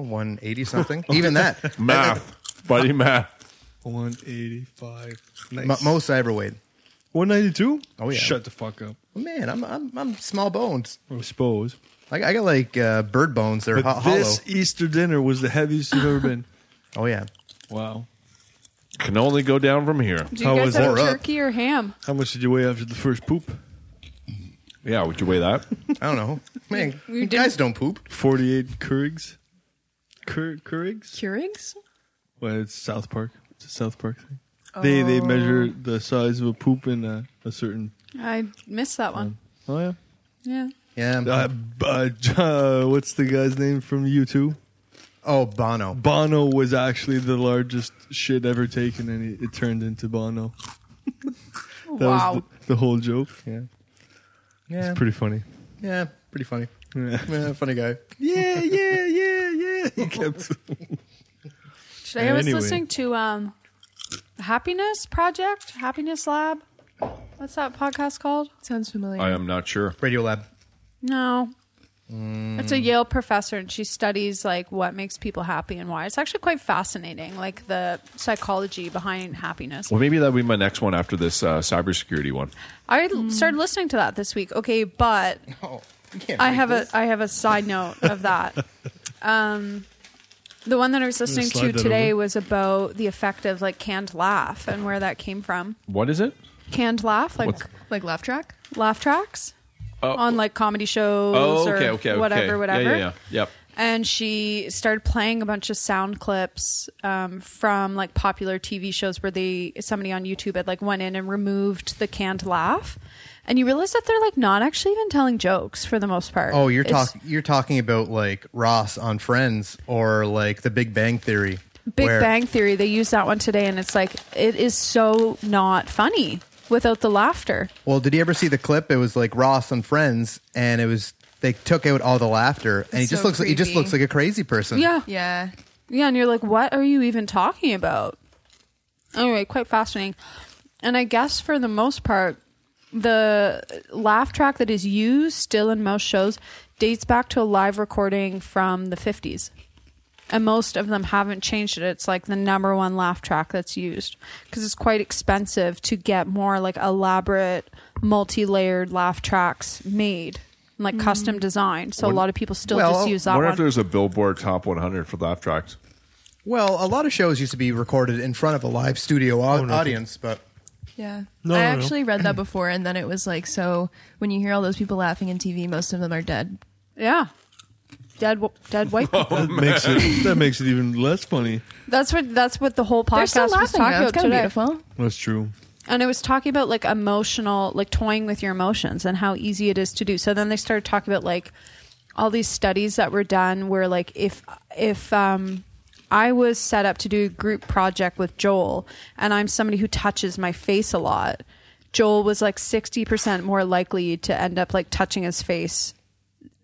180 something. Even that.
Math, buddy, math.
185.
M-
Nice.
most I ever weighed.
192?
Oh, yeah.
Shut the fuck up.
Man, I'm I'm, I'm small bones.
I suppose.
I, I got like uh, bird bones. They're
But
ho- hollow.
this Easter dinner was the heaviest you've ever been.
Oh yeah.
Wow.
Can only go down from here.
Do you
How
guys
was
have
that?
turkey or ham?
How much did you weigh after the first poop?
Yeah, would you weigh that?
I don't know. Man,
We
you
didn't-
guys don't poop.
48 Keurigs? Keur- Keurigs?
Keurigs?
Well, it's South Park. It's a South Park thing. They they measure the size of a poop in a, a certain.
I missed that one.
Oh yeah.
Yeah.
Yeah.
Uh, b- uh, what's the guy's name from U two?
oh, Bono.
Bono was actually the largest shit ever taken, and it, it turned into Bono. That
wow.
was the, the whole joke. Yeah,
Yeah.
pretty funny.
yeah. Pretty funny.
Yeah,
Yeah, funny guy.
yeah, yeah, yeah. yeah. He kept.
Today I was
Anyway.
listening to um, Happiness Project, Happiness Lab. What's that podcast called?
Sounds familiar.
I am not sure.
Radio Lab.
No.
Mm.
It's a Yale professor, and she studies like what makes people happy and why. It's actually quite fascinating, like the psychology behind happiness.
Well, maybe that'll be my next one after this uh, cybersecurity one.
I
Mm.
started listening to that this week. Okay, but
Oh, you can't
I
read
have a
this.
I have a side note of that. um, the one that I was listening
slide
to
that
today
over.
was about the effect of like canned laugh and where that came from.
What is it?
Canned laugh, like
What's-
like laugh track?
laugh tracks
Oh.
on like comedy shows
Oh,
or
okay, okay, okay.
whatever, whatever.
Yeah, yeah, yeah. Yep.
And she started playing a bunch of sound clips um, from like popular TV shows where they somebody on YouTube had like went in and removed the canned laugh, and you realize that they're like not actually even telling jokes for the most part.
Oh, you're
It's-
talking you're talking about like Ross on Friends or like The Big Bang Theory.
Big
where-
Bang Theory. They use that one today, and it's like it is so not funny without the laughter.
Well, did you ever see the clip? It was like Ross on Friends, and it was they took out all the laughter, and he
It's
just
so
looks like he just
creepy.
looks like a crazy person.
Yeah,
Yeah.
Yeah, and you're like, what are you even talking about? Anyway, quite fascinating. And I guess for the most part, the laugh track that is used still in most shows dates back to a live recording from the 50s. And most of them haven't changed it. It's like the number one laugh track that's used because it's quite expensive to get more like elaborate, multi layered laugh tracks made, like custom designed. So a lot of people still
Well,
just use that
wonder
one.
if there's a Billboard Top 100 for laugh tracks.
Well, a lot of shows used to be recorded in front of a live studio au- audience, but
Yeah.
No, no,
I
no.
actually read that before, and then it was like, so when you hear all those people laughing in TV, most of them are dead.
Yeah. Dead, w- dead white people.
that makes it. That makes it even less funny.
That's what that's what the whole
They're
podcast
still
was
laughing.
talking
Though. It's
about
kind of
today.
beautiful.
That's true.
And it was talking about like emotional, like toying with your emotions and how easy it is to do. So then they started talking about like all these studies that were done where like if if um I was set up to do a group project with Joel and I'm somebody who touches my face a lot. Joel was like 60% more likely to end up like touching his face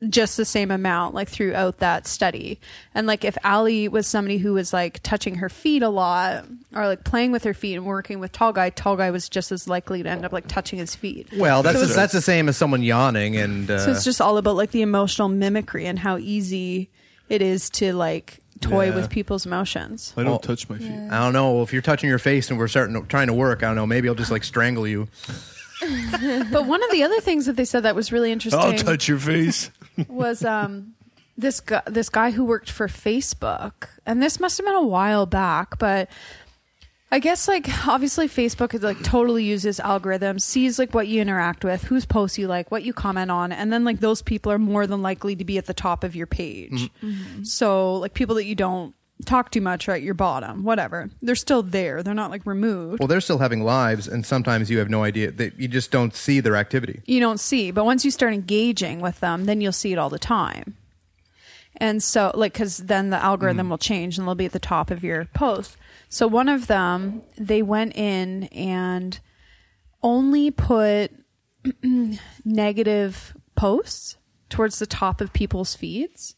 just the same amount like throughout that study. And like if Allie was somebody who was like touching her feet a lot or like playing with her feet and working with tall guy, tall guy was just as likely to end up like touching his feet.
well, that's
So
the- that's the same as someone yawning and uh,
so it's just all about like the emotional mimicry and how easy it is to like toy
Yeah.
with people's emotions.
I don't
Oh.
touch my feet.
I don't know if you're touching your face and we're starting to, trying to work. I don't know. Maybe I'll just like strangle you.
But one of the other things that they said that was really interesting
I'll touch your face.
was um this guy this guy who worked for Facebook, and this must have been a while back, but I guess like obviously Facebook is like totally uses algorithms, sees like what you interact with, whose posts you like, what you comment on, and then like those people are more than likely to be at the top of your page. So like people that you don't talk too much are at your bottom, whatever. They're still there. They're not like removed.
Well, they're still having lives, and sometimes you have no idea that you just don't see their activity.
you don't see. But once you start engaging with them, then you'll see it all the time. And so, like, because then the algorithm will change and they'll be at the top of your post. So, one of them, they went in and only put negative posts towards the top of people's feeds.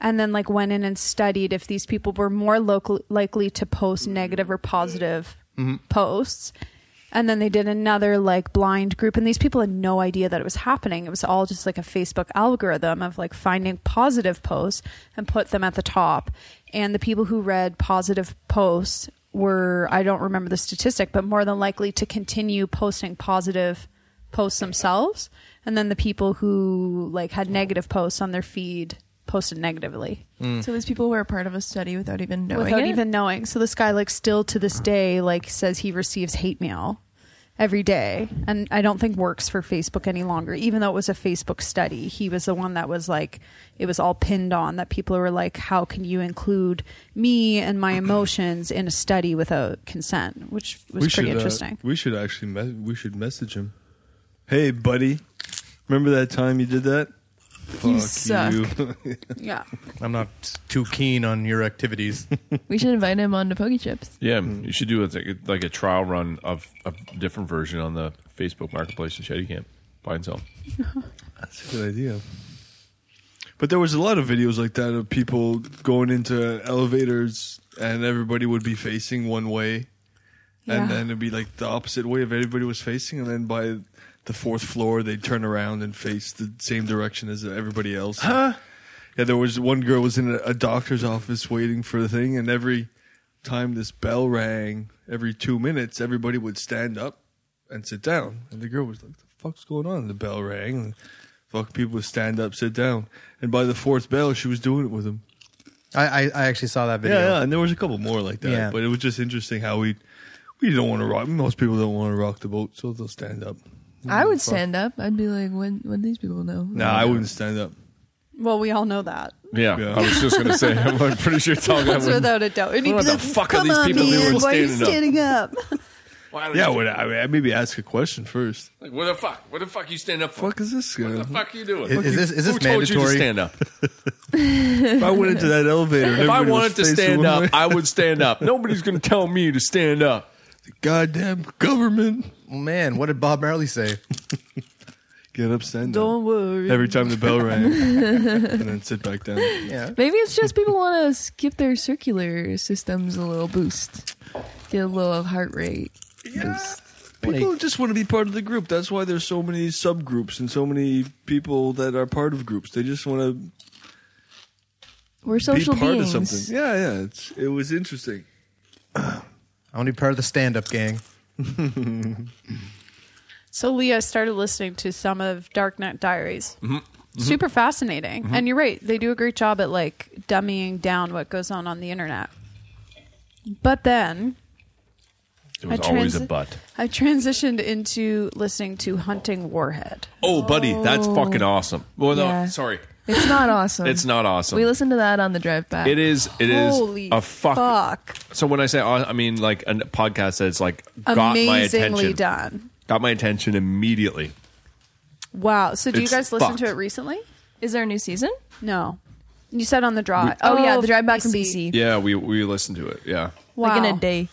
and then like went in and studied if these people were more local likely to post negative or positive posts. And then they did another like blind group, and these people had no idea that it was happening. It was all just like a Facebook algorithm of like finding positive posts and put them at the top. And the people who read positive posts were, I don't remember the statistic, but more than likely to continue posting positive posts themselves. And then the people who like had negative posts on their feed posted negatively
Mm.
So these people were a part of a study without even knowing
without
it?
even knowing. So this guy, like, still to this day, like, says he receives hate mail every day, and I don't think works for Facebook any longer. Even though it was a Facebook study, he was the one that was like, it was all pinned on that people were like, how can you include me and my emotions in a study without consent, which was pretty
uh,
interesting.
we should actually me- we should message him. Hey, buddy, remember that time you did that? Fuck
You suck.
you.
yeah,
I'm not too keen on your activities.
We should invite him on to Poke Chips.
Yeah, you should do a, like a trial run of a different version on the Facebook Marketplace and Shetty Camp. Buy and sell.
That's a good idea. But there was a lot of videos like that of people going into elevators and everybody would be facing one way.
Yeah.
And then it'd be like the opposite way if everybody was facing. And then by the fourth floor, they'd turn around and face the same direction as everybody else. Huh? Yeah, there was one girl was in a, a doctor's office waiting for the thing. And every time this bell rang, every two minutes, everybody would stand up and sit down. And the girl was like, the fuck's going on? And the bell rang. And fuck, people would stand up, sit down. And by the fourth bell, she was doing it with him.
I, I, I actually saw that video.
Yeah, yeah, and there was a couple more like that.
Yeah.
But it was just interesting how we we don't want to rock. Most people don't want to rock the boat, so they'll stand up.
Mm,
I would stand up. I'd be like, what, what do these people know?
No, I wouldn't stand up.
well, we all know that.
Yeah,
Yeah.
I was just gonna say. I'm pretty sure Tom that
That's
would.
without a doubt. It'd be
What the
like,
fuck are
Come
these
on,
people doing
man, why are you
standing up?"
standing up?
Yeah, would I, I maybe ask a question first.
Like, what the fuck? What the fuck you stand up for?
Fuck is this uh,
What
guy?
the fuck you doing?
Is- is this- is this
Who told you to
mandatory?
stand up?
If I went into that elevator,
If I wanted to stand up, I would stand up. Nobody's gonna tell me to stand up.
goddamn government,
Man, what did Bob Marley say?
get up, stand up.
Don't worry.
Every time the bell rang, and then sit back down.
Yeah.
Maybe it's just people want to skip their circular systems a little boost, get a little heart rate.
People just want to be part of the group. That's why there's so many subgroups and so many people that are part of groups. They just want to
We're social
be part
beings.
of something. Yeah, yeah. It's, it was interesting.
I want to be part of the stand up gang.
So Leah started listening to some of Dark Knight Diaries.
Mm-hmm.
Super fascinating. And you're right, they do a great job at like dummying down what goes on on the internet. But then
There was
I
always a
transi-
butt.
I transitioned into listening to Hunting Warhead.
Oh, buddy, that's fucking awesome. Well, no,
Yeah.
sorry,
It's not awesome.
it's not awesome.
We listened to that on the drive back.
it is. It is
Holy
a fuck.
fuck.
So when I say, aw- I mean like a podcast that's like got my
Amazingly
attention,
done.
got my attention immediately.
Wow. So do
It's
you guys listen
fucked.
to it recently?
Is there a new season?
No. You said on the drive.
Oh, yeah, the drive back from BC.
Yeah, we we listened to it. Yeah,
Wow.
Like in a day.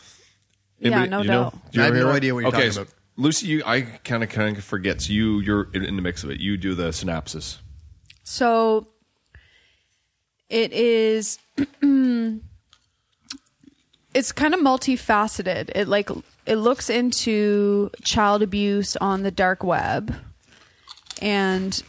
Yeah,
Anybody-
no
you
doubt.
know? Do you
I have
remember?
no idea what you're
okay,
talking
so
about.
Lucy, you, I kind of kind of forget. So you you're in, in the mix of it. You do the synopsis.
So it is it's kind of multifaceted. It like it looks into child abuse on the dark web and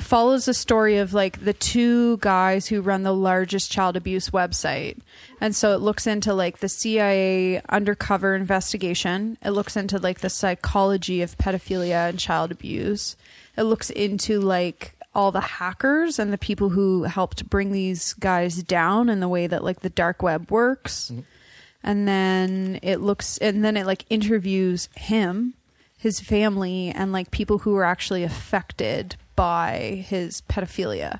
follows the story of like the two guys who run the largest child abuse website. And so it looks into like the CIA undercover investigation. It looks into like the psychology of pedophilia and child abuse. It looks into like all the hackers and the people who helped bring these guys down and the way that like the dark web works. And then it looks and then it like interviews him his family and like people who were actually affected by his pedophilia.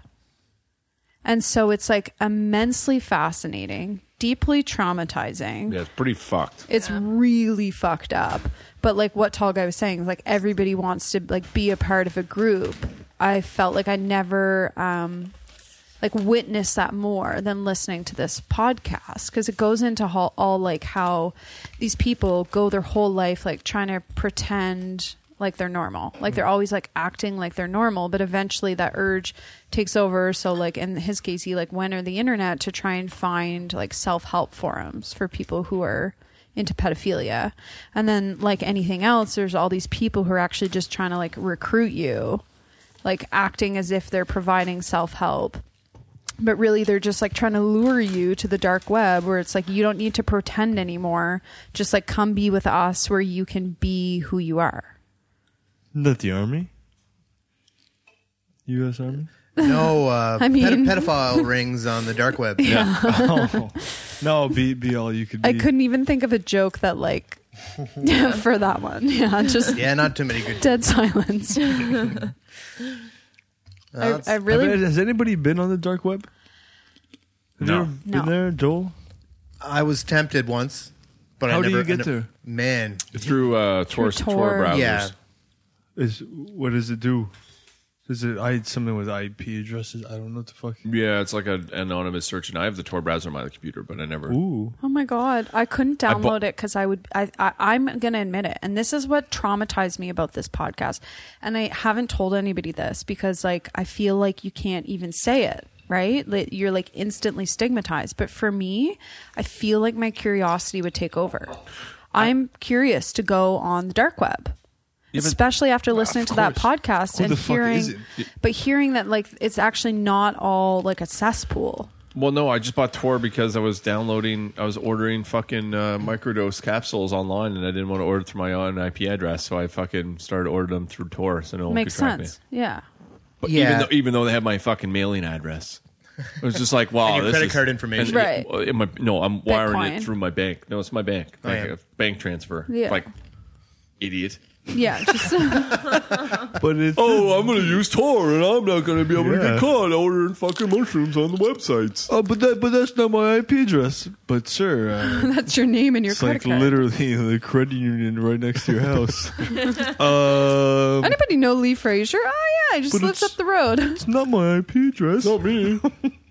And so it's like immensely fascinating, deeply traumatizing.
Yeah, it's pretty fucked.
It's really fucked up. But like what Tall Guy was saying, like everybody wants to like be a part of a group. I felt like I never um like witnessed that more than listening to this podcast because it goes into all, all like how these people go their whole life like trying to pretend like they're normal. Like they're always like acting like they're normal, but eventually that urge takes over. So like in his case, he like went on the internet to try and find like self help forums for people who are into pedophilia. And then like anything else, there's all these people who are actually just trying to like recruit you, like acting as if they're providing self help but really they're just like trying to lure you to the dark web where it's like you don't need to pretend anymore just like come be with us where you can be who you are
Not the army. U.S. Army.
No uh,
I mean-
ped- pedophile rings on the dark web.
oh. No, be be all you could be.
i couldn't even think of a joke that like for that one yeah just
Yeah, not too many good.
dead silence I, I
Have-
really
has anybody been on the dark web? Have
No.
you ever been
No.
there, Joel?
I was tempted once, but
How
I
do
never.
you get
I ne-
there?
Man,
through uh, Tor,
Tor.
Tor browsers.
yeah,
Is what does it do? Is it I something with IP addresses? I don't know what the fuck.
Yeah, it's like an anonymous search, and I have the Tor browser on my computer, but I never.
Ooh,
Oh my god, I couldn't
I
download
bu-
it because I would. I, I I'm gonna admit it, and this is what traumatized me about this podcast. And I haven't told anybody this because, like, I feel like you can't even say it, right? Like, You're like instantly stigmatized. But for me, I feel like my curiosity would take over. I'm curious to go on the dark web. Especially after listening to that
course.
podcast
Who
and
the fuck
hearing,
isn't?
but hearing that like it's actually not all like a cesspool.
Well, no, I just bought Tor because I was downloading, I was ordering fucking uh, microdose capsules online, and I didn't want to order through my own IP address, so I fucking started ordering them through Tor, so no one
Makes
could track me.
sense, yeah.
But
Yeah.
even though, even though they had my fucking mailing address, it was just like, wow,
your
this
credit
is-
card information.
Right.
Well, in my- no, I'm wiring
Bitcoin.
it through my bank. No, it's my bank. Bank,
Oh, yeah.
bank transfer.
Yeah.
Like, idiot.
Yeah, just
but it's
Oh, I'm gonna use Tor, and I'm not gonna be able to
Yeah.
get caught ordering fucking mushrooms on the websites.
oh, but that but that's not my IP address. But sir, uh,
that's your name and your
it's
credit
like
card.
literally the credit union right next to your house. um,
Anybody know Lee Frazier? Oh yeah, I just
But
lives
it's-
up the road.
it's not my IP address. Not me.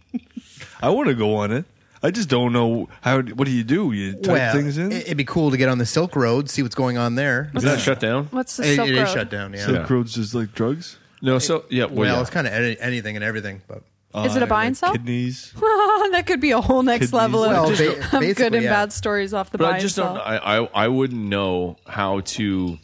I want to go on it. I just don't know how. What do you do? You type
well,
things in.
it- it'd be cool to get on the Silk Road, see what's going on there.
Is that shut down?
What's the
It-
Silk
it
Road?
is shut down. Yeah.
Silk Road's just like drugs.
No, so yeah, well,
well,
yeah.
it's kind of anything and everything, but
Is
Oh,
it a buy and sell?
Kidneys.
that could be a whole next
Kidneys.
level of,
Well,
of
ba-
good
basically,
and
yeah.
bad stories off the
but
buy
I just
and
don't.
sell.
I, I I wouldn't know how to.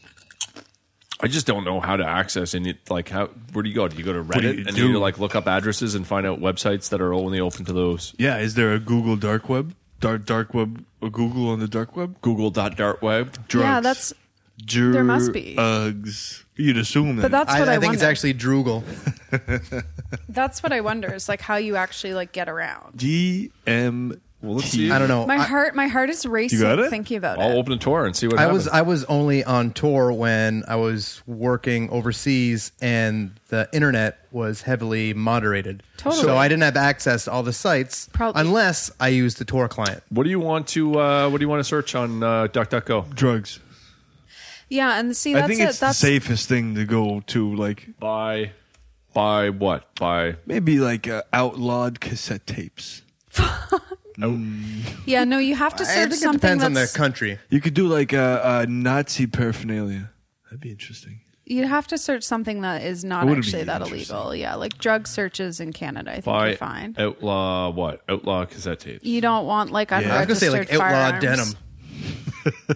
I just don't know how to access and it. Like, how where do you go? Do you go to Reddit
do you
and then
do?
you like look up addresses and find out websites that are only open to those?
Yeah, is there a Google dark web? Dark dark web a Google on the dark web?
Google dot dart web.
Drugs.
Yeah, that's.
Drugs.
must be.
You'd assume that.
But that's
I,
what I,
I think it's
wonder.
actually Droogle.
That's what I wonder is like how you actually like get around.
D M.
Well, let's see.
I don't know.
My
I-
heart, my heart is racing
got it? Oh.
thinking about
I'll
it.
open a Tor and see what
I
happens.
was I was only on tour when I was working overseas, and the internet was heavily moderated.
Totally.
So I didn't have access to all the sites
Probably.
unless I used the tour client.
what do you want to? Uh, what do you want to search on uh, DuckDuckGo?
Drugs.
Yeah, and see, that's
I think
it.
it's
that's
the safest thing to go to. Like
By, by what? By
maybe like uh, outlawed cassette tapes.
yeah. No, you have to
I
search
think it
something
depends on the
that's
country.
You could do like a, a Nazi paraphernalia. That'd be interesting.
you'd have to search something that is
That
not
would've
actually
been
that
interesting.
illegal. Yeah, like drug searches in Canada. I think
by
you're fine.
outlaw what? Outlaw cassette tapes.
You don't want like unregistered
I was gonna say like outlaw
firearms.
denim.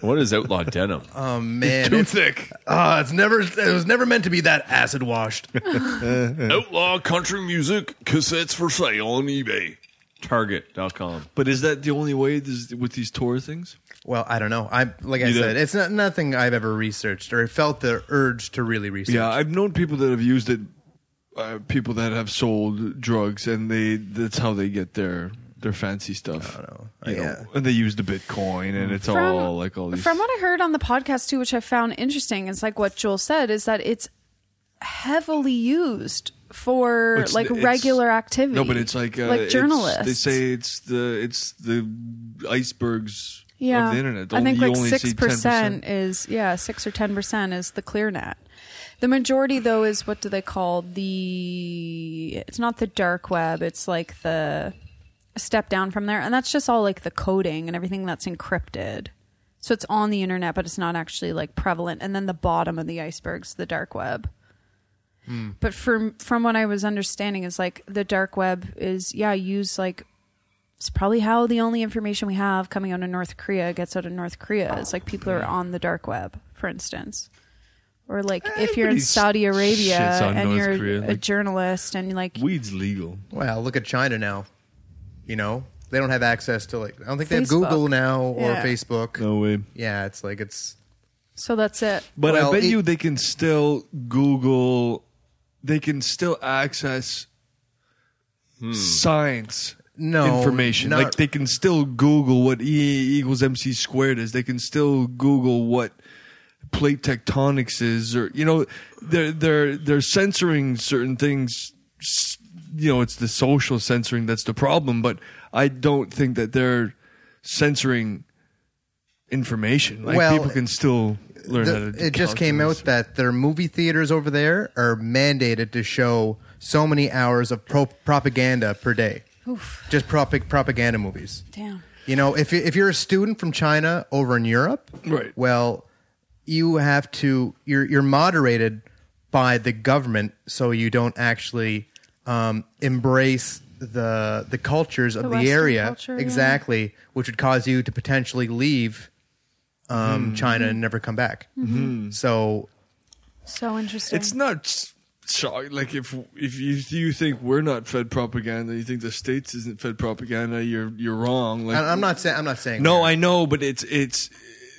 what is outlaw denim?
Oh man,
Too
it's,
thick.
ah, it's never it was never meant to be that acid washed.
Outlaw country music cassettes for sale on eBay. Target.com.
But is that the only way this, with these tour things?
well, I don't know. I like I
You
said,
don't-
it's not nothing I've ever researched or felt the urge to really research.
Yeah, I've known people that have used it. Uh, people that have sold drugs, and they—that's how they get their their fancy stuff. I don't know.
Yeah.
and they use the Bitcoin, and it's all Oh, like all these.
From what I heard on the podcast too, which I found interesting, is like what Joel said is that it's heavily used for
It's-
like
it's-
regular activity.
no, but it's like uh,
like
it's-
journalists.
They say it's the it's the icebergs
yeah,
of the internet.
I
Only-
think
you
like
only see
six
10%.
percent is yeah, six or ten percent is the clear net. The majority though is what do they call the? It's not the dark web. It's like the a step down from there, and that's just all like the coding and everything that's encrypted. So it's on the internet, but it's not actually like prevalent. And then the bottom of the iceberg's the dark web. But from from what I was understanding is like the dark web is yeah used like it's probably how the only information we have coming out of North Korea gets out of North Korea. It's like people are on the dark web, for instance. Or like if you're in
Everybody's
Saudi Arabia
Eh, shits on
and
North
you're
Korea,
a
like-
journalist and like
Weed's legal.
Well, look at China now. You know, they don't have access to like I don't think they have
Facebook.
Google now or
Yeah.
Facebook.
No way.
Yeah, it's like it's
so that's it.
But
Well,
I bet
it-
you they can still Google. They can still access science
No,
information.
not-
like they can still Google what E equals MC squared is. They can still Google what plate tectonics is, or you know, they're they're they're censoring certain things. S- You know, it's the social censoring that's the problem. But I don't think that they're censoring information. Like
Well,
people can still learn
the-
how to. do
it just came out
calculus.
that their movie theaters over there are mandated to show so many hours of pro- propaganda per day. Just prop- propaganda movies.
Damn.
You know, if you- if you're a student from China over in Europe,
Right.
Well, you have to you're you're moderated by the government, so you don't actually um, embrace the the cultures of the,
Western
area
culture, yeah.
exactly, which would cause you to potentially leave
Mm-hmm.
um, China and never come back.
Mm-hmm.
So
So interesting.
It's not s- shock. Like if if you you think we're not fed propaganda, you think the states isn't fed propaganda. You're you're wrong. Like
I- I'm not saying I'm not saying
no,
that.
I know, but it's it's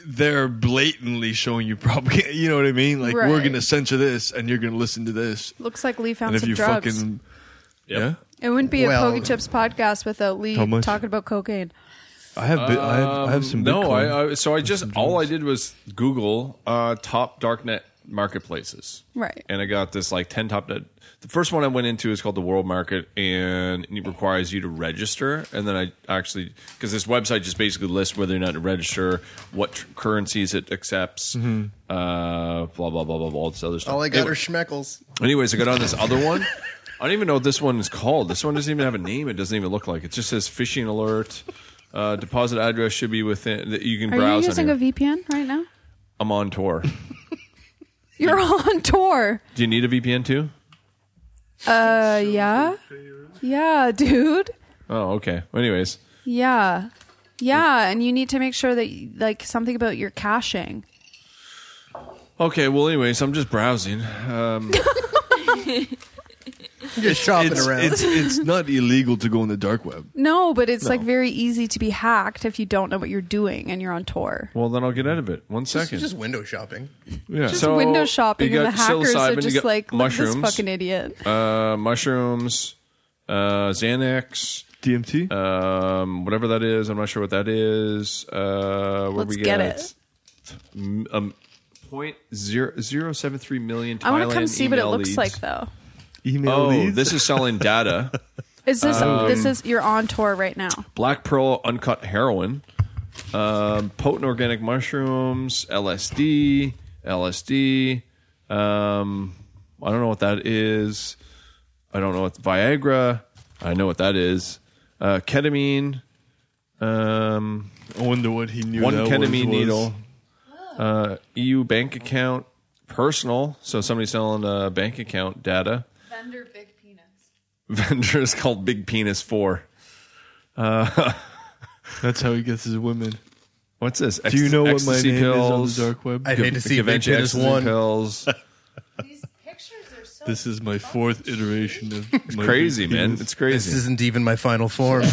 they're blatantly showing you propaganda. You know what I mean? Like we're
Right.
gonna censor this, and you're gonna listen to this.
Looks like Lee
and
found
if
some
you
drugs.
fucking yeah,
it wouldn't be
Well-
a Poke Chips podcast without Lee
How much?
talking about cocaine.
I have bi- I have I
Um,
have some.
No,
Bitcoin.
I, I so I just all I did was Google uh, top darknet marketplaces.
Right.
And I got this like ten top. Net. The first one I went into is called the World Market, and it requires you to register. And then I actually because this website just basically lists whether or not to register, what tr- currencies it accepts,
Mm-hmm.
uh, blah blah blah blah blah, all this other stuff.
all I got
Anyway.
are schmeckles.
Anyways, I got on this other one. I don't even know what this one is called. This one doesn't even have a name. It doesn't even look like it. It just says phishing alert. Uh, deposit address should be within. That you can
Are
browse.
you using
on
a
here.
VPN right now?
I'm on Tor.
You're on tour.
Do you need a VPN too?
Uh, yeah, yeah, dude,
Oh, okay. Anyways,
yeah, yeah, and you need to make sure that like something about your caching.
okay. Well, anyways, I'm just browsing. Um,
I'm just shopping
it's,
around.
it's it's not illegal to go on the dark web.
No, but it's like very easy to be hacked if you don't know what you're doing and you're on tour.
well, then I'll get out of it. One second.
It's just window shopping.
Yeah,
Just
So,
window
you
shopping,
got
and the hackers
psilocybin,
are
you
just
got
like look at this
mushrooms.
fucking idiot.
uh, mushrooms, uh, Xanax,
DMT.
um, whatever that is. I'm not sure what that is. Uh, where
Let's
we get,
get it.
m- Um, point zero zero seven three million.
I want
Thailand
to come see what it
email
looks
leads.
like though.
Email
Oh,
leads.
this is selling data.
Is this
Um,
this is you're on tour right now?
Black Pearl uncut heroin, um, potent organic mushrooms, LSD, LSD. Um, I don't know what that is. I don't know what Viagra. I know what that is. Uh, ketamine. Um,
I wonder what he knew.
one
that
ketamine
was,
needle. Uh, EU bank account, personal. So somebody's selling a bank account data.
Vendor big penis.
Vendor is called Big Penis Four.
That's how he gets his women.
What's this?
Do you know what my
Ecstasy
name
pills.
is on the dark web?
I'd hate to see if
Eventually,
Big Penis
ecstasy
one.
pills.
These pictures are so.
This is my fourth iteration of my
crazy,
big
man.
penis.
It's
This
crazy.
isn't even my final form.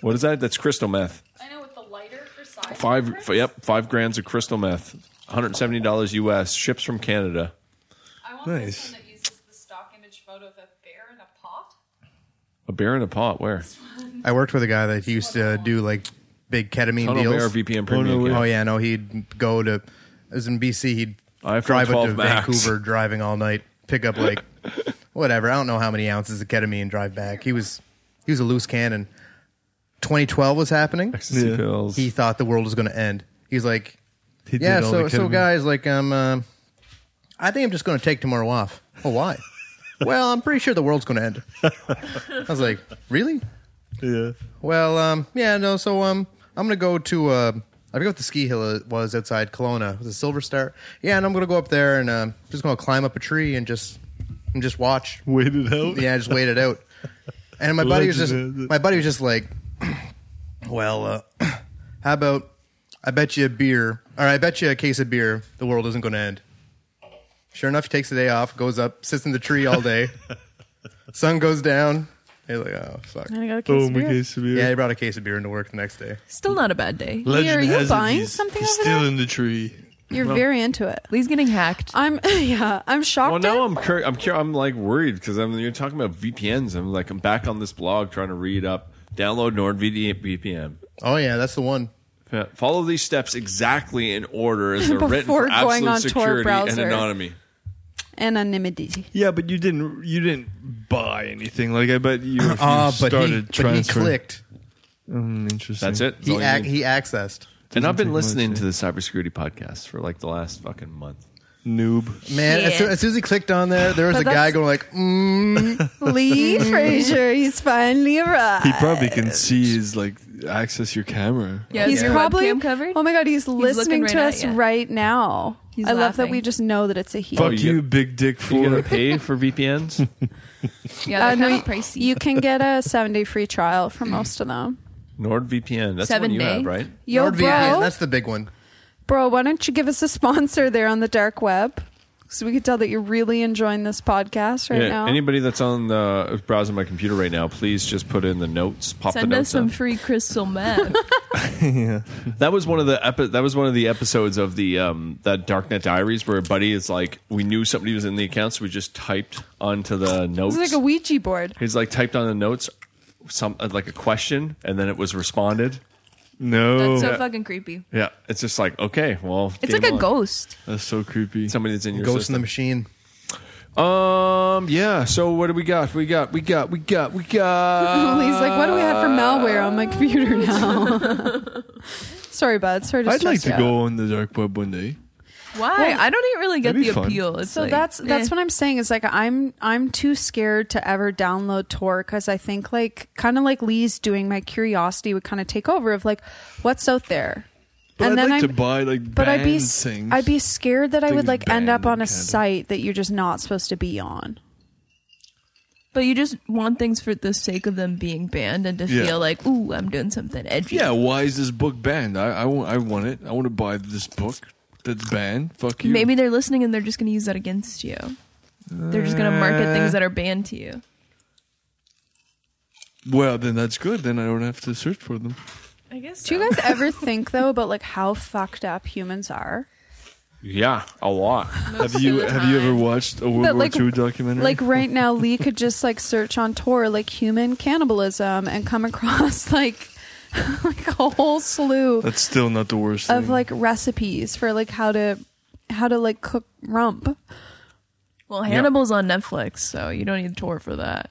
what is that? That's crystal meth.
I know with the lighter for size.
Five. f- yep. Five grams of crystal meth. One hundred seventy dollars U.S. Ships from Canada.
I want
this Nice.
that uses the stock image photo of a bear in a pot.
A bear in a pot. Where?
I worked with a guy that used to do like big ketamine
Tunnel
deals.
bear VPN premium.
Oh
account.
yeah, no, he'd go to. It was in BC. He'd
iPhone
drive up
12
to
Max.
Vancouver, driving all night, pick up like whatever. I don't know how many ounces of ketamine, drive back. He was he was a loose cannon. 2012 was happening.
Ecstasy pills.
He thought the world was going to end. He's like,
He did
yeah.
all
So
the
so
ketamine.
guys, like um, uh, I think I'm just going to take tomorrow off. Oh why? well, I'm pretty sure the world's going to end. I was like, really?
Yeah.
Well, um, yeah, no. So um, I'm gonna go to uh, I forget what the ski hill was outside Kelowna. It was a Silver Star. Yeah, and I'm gonna go up there and uh, just gonna climb up a tree and just and just watch.
Wait it out.
Yeah, I just waited out. And my buddy was just
Legend.
my buddy was just like, well, uh, how about I bet you a beer or I bet you a case of beer the world isn't going to end. Sure enough, he takes the day off, goes up, sits in the tree all day. Sun goes down. He's like, oh fuck.
And I got a case
Oh,
of
my
beer.
case of beer.
Yeah, he brought a case of beer into work the next day.
Still not a bad day.
Legend
Lee, are you
has it
buying
he's
something over
still
there?
in the tree.
You're very into it.
Lee's getting hacked.
I'm yeah. I'm shocked.
Well, now
at-
I'm cur- I'm cur- I'm like worried because I'm you're talking about VPNs. I'm like I'm back on this blog trying to read up, download NordVPN. VPN.
Oh yeah, that's the one.
Yeah, Follow these steps exactly in order as they're written
Before
for absolute
going on Tor
security and
browser.
anonymity.
anonymity.
Yeah, but you didn't. You didn't buy anything. Like I bet you. If
Ah,
you
but he,
started
but he
transferring-
clicked.
Mm, interesting.
That's it. That's
He
all you
ac-
need.
he accessed.
and I've been
take much,
listening
yeah.
to the cybersecurity podcast for like the last fucking month.
Noob.
Man, as soon, as soon as he clicked on there, there was
But
a guy
that's-
going like, mm,
Lee Fraser, he's finally arrived.
He probably can see his like access your camera.
yeah, is
He's
your
probably
webcam covered.
Oh my god, he's, listening
looking
to
right at
us
ya.
right now.
He's
I love that
laughing.
we just know that it's a he.
Fuck
you
you,
get-
big dick
You gonna
for
pay for VPNs?
yeah, they're
Uh,
kind
no,
of pricey.
You can get a seven day free trial for most of them.
NordVPN. That's
Seven
what you
day?
have, right?
Yo,
NordVPN,
bro,
that's the big one.
bro, why don't you give us a sponsor there on the dark web? So we could tell that you're really enjoying this podcast right
yeah.
now.
Anybody that's on the browsing my computer right now, please just put in the notes. Pop
Send
the
us
notes
some
up.
free crystal meth.
That was one of the epi- that was one of the episodes of the um that Darknet Diaries where a buddy is like we knew somebody was in the account so we just typed onto the notes.
It's like a Ouija board.
He's like typed on the notes some uh, like a question and then it was responded.
no.
That's so fucking creepy.
Yeah, it's just like okay, well,
It's
game
like a
on.
ghost.
That's so creepy.
Somebody that's in your
Ghost
system.
in the Machine.
um, yeah. So what do we got? We got, we got, we got, we got.
Lee's like, what do we have for malware on my computer now? Sorry, bud. Sorry to
I'd like
stress
to
you out.
go on the dark web one day.
Why?
Well,
I don't even really get
that'd be
the
fun.
appeal. It's
So
like,
that's that's
eh.
what I'm saying. Is like I'm I'm too scared to ever download Tor because I think like kind of like Lee's doing. My curiosity would kind of take over of like what's out there,
But I'd like
I'm-
to buy like
But I'd be
banned
s-
things.
I'd be scared that I would
Things
like end up
banned
on
in
a
Canada.
site that you're just not supposed to be on.
But you just want things for the sake of them being banned and to
Yeah.
feel like, ooh, I'm doing something edgy.
Yeah, why is this book banned? I, I, want, I want it. I want to buy this book that's banned. Fuck you.
Maybe they're listening and they're just going to use that against you. They're just going to market
Uh.
things that are banned to you.
Well, then that's good. Then I don't have to search for them.
I guess.
Do you guys ever think though about like how fucked up humans are?
yeah, a lot.
Have you
the
Have you ever
time.
watched a World
But,
War
like-
II documentary?
Like right now, Lee could just like search on Tor like human cannibalism and come across like like a whole slew
that's still not the worst.
of
thing.
like recipes for like how to how to like cook rump.
Well, Hannibal's on Netflix, so you don't need Tor for that.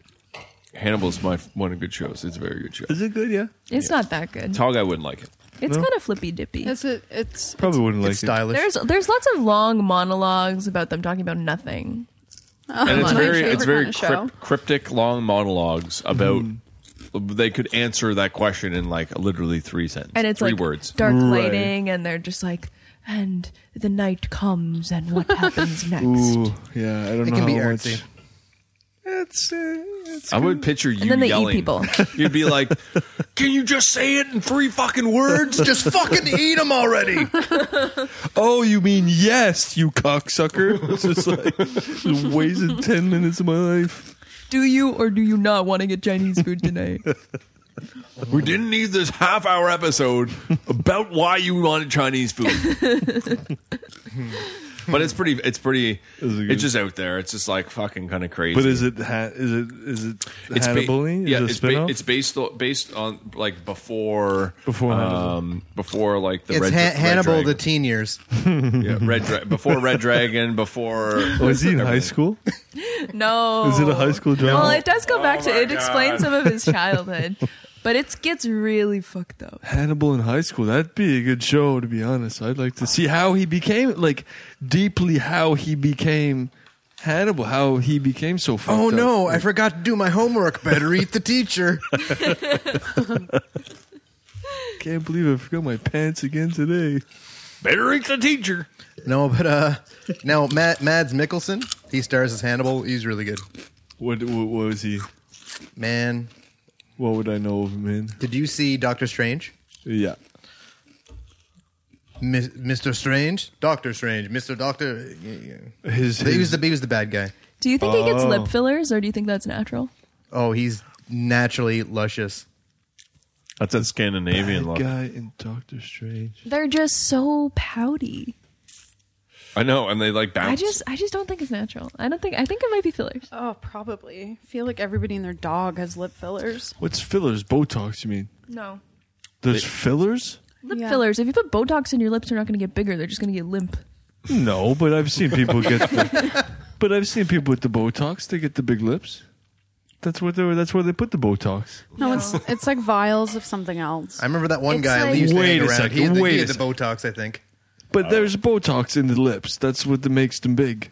Hannibal's my f- one of good shows. It's a very good show.
is it good? Yeah,
It's not that good.
Tall guy wouldn't like it.
It's kind of flippy dippy.
It's a, it's
probably wouldn't like
It's stylish.
There's there's lots of long monologues about them talking about nothing.
and it's
my
very
um, favorite
it's very
kind of show.
crypt, cryptic long monologues about
Hmm.
they could answer that question in like literally three sentences
And it's
three
like
words
dark
Right.
lighting and they're just like and the night comes and what happens next.
it. Ooh, yeah. I don't
It
know
can be
how
artsy.
much. It's, uh, it's
i would picture you
then they eat
yelling
people.
you'd be like can you just say it in three fucking words
Just fucking eat them already.
Oh, you mean yes, you cocksucker? It's just like just wasted ten minutes of my life.
Do you or do you not want to get Chinese food tonight?
we didn't need this half hour episode about why you wanted chinese food but it's pretty it's pretty
it good?
it's just out there it's just like fucking kind of crazy
But is it ha- is it is it
it's ba-
Hannibal? Is
yeah,
it a
it's, ba-
spin-off?
it's based o- based on like before
Before Hannibal.
um, before like the
It's
red,
Han-
Dra- Red
Hannibal, the
Dragon.
teen years.
yeah, red Dra- before Red Dragon before
Was he in high
everything.
school?
No.
Is it a high school drama?
Well, it does go back to
Oh my
it
God.
explains some of his childhood, but it gets really fucked up.
Hannibal in high school. That'd be a good show, to be honest. I'd like to see how he became, like, deeply how he became Hannibal, how he became so fucked
Oh
up.
no, I forgot to do my homework. Better eat the teacher.
can't believe I forgot my pants again today.
Better ink the teacher.
No, but uh, no, Matt, Mads Mikkelsen. He stars as Hannibal. He's really good.
What, what, what was he?
Man,
What would I know of him in?
did you see Doctor Strange?
Yeah.
Mis- Mr. Strange, Doctor Strange, Mr. Doctor. yeah, yeah.
His,
He was
his
the he was the bad guy.
Do you think he gets
Oh.
lip fillers, or do you think that's natural?
Oh, he's naturally luscious.
That's that Scandinavian look.
guy in Doctor Strange.
They're just so pouty.
I know, and they like bounce.
I just, I just don't think it's natural. I don't think. I think it might be fillers.
Oh, probably. I feel like everybody and their dog has lip fillers.
What's fillers? Botox, you mean?
No.
There's fillers?
Lip
Yeah.
fillers. If you put Botox in your lips, they're not going to get bigger. They're just going to get limp.
No, but I've seen people get the, But I've seen people with the Botox, they get the big lips. That's where they that's where they put the Botox.
No, it's it's like vials of something else.
I remember that one
It's
guy
like-
we used to hang
Wait a
around.
second,
he had, the,
wait
he
a
had the
second.
Botox, I think.
But there's Botox in the lips. That's what that makes them big.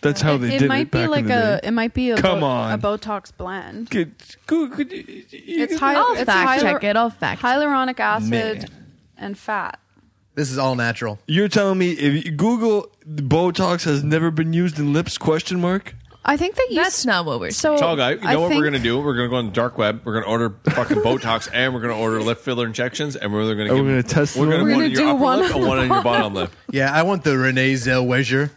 That's how they
Uh, it,
did
might
it
be
back in
like
the
a
day.
it might be a
Come
bo-
on.
a Botox blend.
Could- could- could- you- you-
It's hy-
I'll
it's
fact
hyal-
check it. I'll fact check.
hyaluronic acid and fat.
This is all natural.
You're telling me if you Google Botox has never been used in lips? Question mark.
I think that you
That's not what we're.
so.
Tall guy, you know
I
what we're
think-
gonna do? We're gonna go on the dark web. We're gonna order fucking Botox, and we're gonna order lip filler injections, and we're gonna
And
give,
we're gonna test
We're
them
gonna,
all. We're
one
gonna
on your
do
upper
one
lip
on
and
the
one on your bottom lip.
Yeah, I want the Renee Zellweger.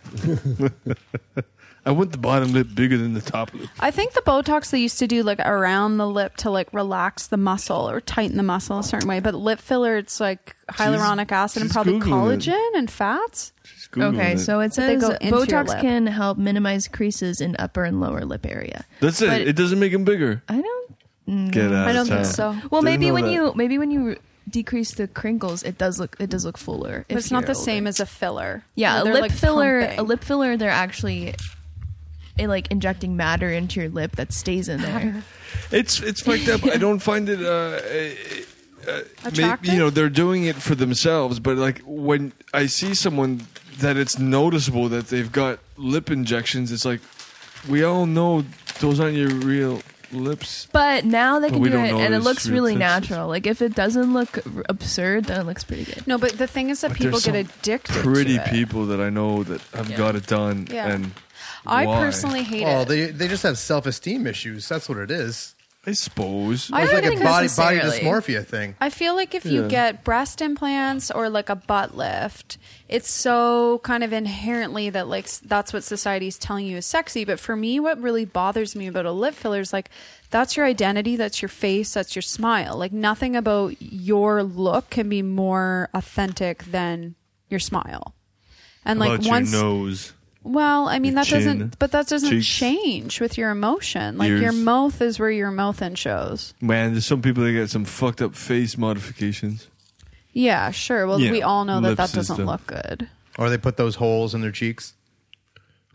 I want the bottom lip bigger than the top lip.
I think the Botox they used to do like around the lip to like relax the muscle or tighten the muscle a certain way, but lip filler it's like hyaluronic acid and
she's
probably
Googling it.
collagen and fats.
Just Google
okay,
it.
so it
But they
says
go into your
Botox
lip.
can help minimize creases in upper and lower lip area.
that's it.
but-
It doesn't make them bigger.
I
Get
don't.
out
Mm-hmm. I don't
of
think
town.
so.
Well,
Didn't
maybe
know
when
that.
you maybe when you decrease the crinkles, it does look it does look fuller.
But
if
it's not
you're
the same
older.
as a filler.
Yeah, a
Where they're,
lip
like,
filler. A
pumping.
lip filler. They're actually. eh, like injecting matter into your lip that stays in there.
It's it's fucked up. I don't find it. Uh, maybe,
Attractive?
you know, they're doing it for themselves, but like when I see someone that it's noticeable that they've got lip injections, it's like we all know those aren't your real lips.
But now they
But
can
we
do
don't
it,
know
and it
this
looks
real
really
sense.
natural. Like if it doesn't look r- absurd, then it looks pretty good.
No, but the thing is that
But
people
there's
get
some
addicted.
Pretty
to it.
people that I know that have got it done,
Yeah.
and
I
why?
personally hate
Oh,
it.
they they just have self esteem issues. That's what it is.
I suppose
I
It's
don't
like a
think
body body
necessarily.
dysmorphia thing.
I feel like if you
Yeah.
get breast implants or like a butt lift, it's so kind of inherently that like s- that's what society's telling you is sexy. But for me, what really bothers me about a lip filler is like that's your identity, that's your face, that's your smile. Like nothing about your look can be more authentic than your smile. And like once,
nose.
well, I mean
Your
that
chin,
doesn't, but that doesn't
cheeks,
change with your emotion. Like your
ears.
mouth is where your mouth in shows.
Man, there's some people that get some fucked up face modifications.
Yeah, sure. Well,
Yeah,
we all know that
lip
that doesn't
system.
look good.
Or they put those holes in their cheeks.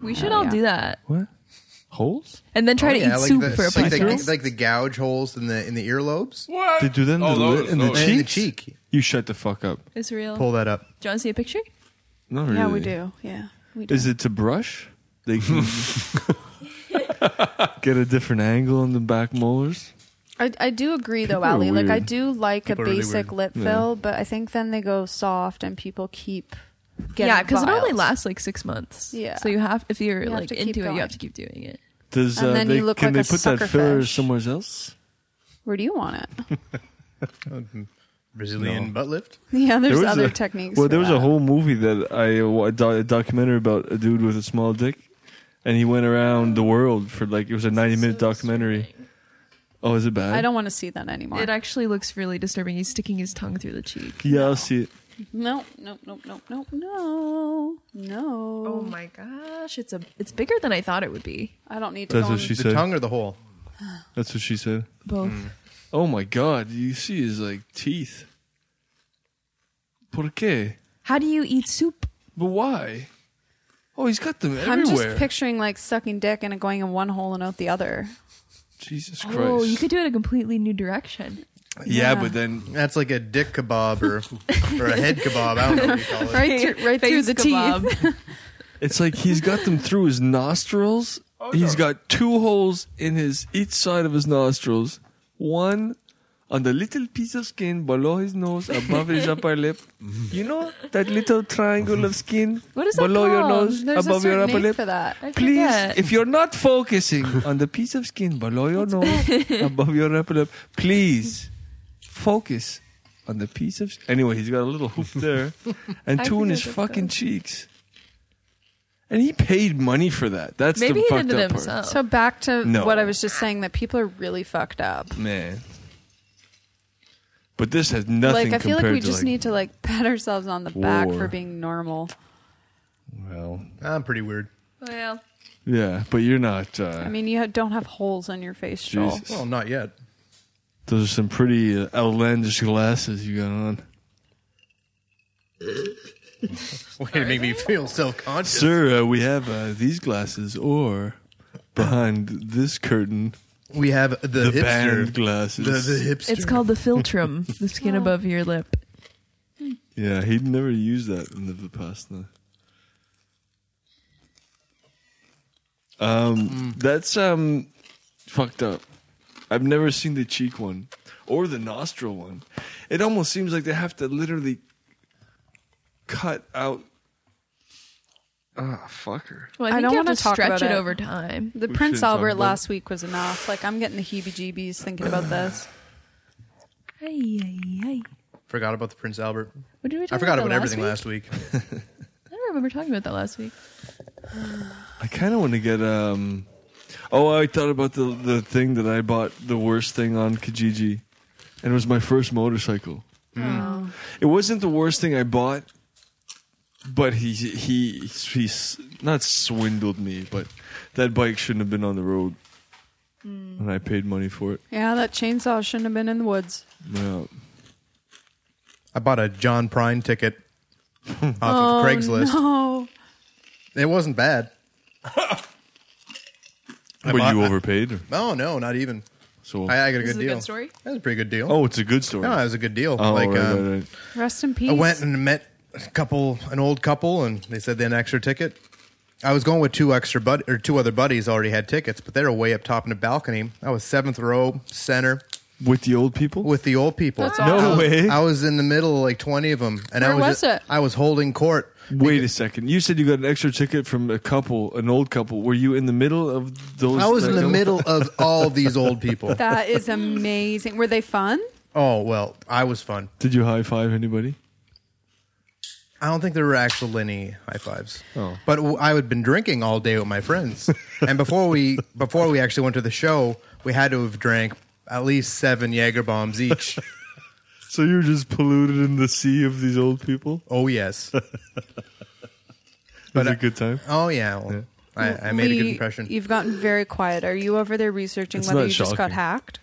We should all
yeah.
do that,
What holes?
and then try to eat
like
soup
the,
for a
like, the,
podcast.
like the gouge holes in the in the earlobes
They do that in
Oh,
the,
those,
lip in the
those.
and in the
cheeks?
cheek.
You shut the fuck up.
it's real.
Pull that up.
Do you want to see a picture?
Not really.
Yeah, we do. Yeah, we do.
Is it to brush? They can get a different angle on the back molars.
I, I do agree though,
People are
Ali. Like I
weird.
do like a
People are really
basic lip fill, but I think then they go soft and people keep getting
yeah, because it only
vials.
lasts like six months.
Yeah.
So you have, if you're
You have
like
to keep
into it,
going.
you have to keep doing it.
Does
And
uh,
then
they,
you look
can
like
they
a
put that
sucker
filler
fish.
somewhere else?
Where do you want it?
Brazilian butt lift.
Yeah, there's
was
other
a-
techniques.
Well,
for
there was
that.
a whole movie that I uh, wa- do- a documentary about a dude with a small dick, and he went around the world for like it was a ninety minute documentary. Oh, is it bad?
I don't want to see that anymore.
It actually looks really disturbing. He's sticking his tongue through the cheek.
Yeah, I'll see it.
no, no, no, no, no, no, no.
Oh my gosh, it's a it's bigger than I thought it would be.
I don't need to.
That's
go
what
on-
she
The
said.
tongue or the hole?
That's what she said.
Both.
Oh my god, you see his like teeth. Por qué?
How do you eat soup?
But why? Oh, he's got them
I'm
everywhere.
just picturing like sucking dick and it going in one hole and out the other.
Jesus Christ.
Oh, you could do it a completely new direction.
yeah,
Yeah.
but then
That's like a dick kebab or or a head kebab. I don't know what you call it.
Right, through, right through
Face
the
kebab.
teeth.
it's like he's got them through his nostrils. He's got two holes in his each side of his nostrils. One on the little piece of skin below his nose, above his upper lip. You know that little triangle of skin
What is that
below your
called?
nose,
There's a
above your
certain
upper
name
lip.
for that.
I
Please,
forget.
if you're not focusing on the piece of skin below your nose, above your upper lip, please focus on the piece of. Anyway, he's got a little hoop there, and
I
two in his
forget what it's
fucking
called.
cheeks. And he paid money for that. That's
Maybe
the
he
fucked
did it
up
himself.
So back to
No.
what I was just saying that people are really fucked up.
part, man. But this has nothing.
like I feel like
compared
we
to,
just need to like pat ourselves on the back
War.
for being normal.
Well,
I'm pretty weird.
well,
yeah, but you're not. Uh,
I mean, you ha- don't have holes on your face, Joel.
Jesus.
Well, not yet.
Those are some pretty uh, outlandish glasses you got on.
Way to make me feel self conscious.
Sir, uh, we have uh, these glasses, or behind this curtain,
We have the,
the
hipster.
band
The,
glasses.
the hipster.
it's called the philtrum, the skin above your lip.
yeah, he'd never used that in the Vipassana. Um, that's um, fucked up. I've never seen the cheek one or the nostril one. It almost seems like they have to literally cut out. Ah, fucker.
Well,
I
I think
don't
you have
wanna
to
talk
stretch
about
it
it.
over time.
The
We should
Prince
talk
Albert
about-
last week was enough. Like I'm getting the heebie-jeebies thinking about this.
Ay, ay, ay.
Forgot about the Prince Albert.
What did we talk
I forgot
about,
about
last
everything
week?
last week.
I don't remember talking about that last week.
I kind of want to get um. Oh, I thought about the the thing that I bought the worst thing on Kijiji, and it was my first motorcycle. It wasn't the worst thing I bought, but he he he s- not swindled me, but that bike shouldn't have been on the road, and I paid money for it.
Yeah, that chainsaw shouldn't have been in the woods.
Yeah.
I bought a John Prine ticket off
Oh,
of Craigslist.
No.
It wasn't bad.
But
bought-
you overpaid, or
Oh no, not even.
so.
I, I got a
This is
good
a
deal.
good story?
That was a pretty good deal.
oh, it's a good story.
no, it was a good deal.
oh,
like
right,
um,
right, right.
Rest in peace.
I went and met a couple, an old couple, and they said they had an extra ticket. I was going with two extra bud or two other buddies already had tickets, but they were way up top in the balcony. I was seventh row center
with the old people.
with the old people.
no way.
I was in the middle, like twenty of them, and I
Where
was,
was it?
I was holding court.
Wait a second. You said you got an extra ticket from a couple, an old couple. Were you in the middle of those?
I was in the
like,
middle of all these old people.
that is amazing. Were they fun?
Oh well, I was fun.
Did you high five anybody?
I don't think there were actual any high fives. But w- I had been drinking all day with my friends, and before we before we actually went to the show, we had to have drank at least seven Jaeger bombs each.
So you were just polluted in the sea of these old people.
oh yes.
But
But,
was it
uh,
a good time.
Oh yeah. Well, I, I made a good
We-
impression.
You've gotten very quiet. Are you over there researching
It's
whether
not
you just got
shocking.
hacked?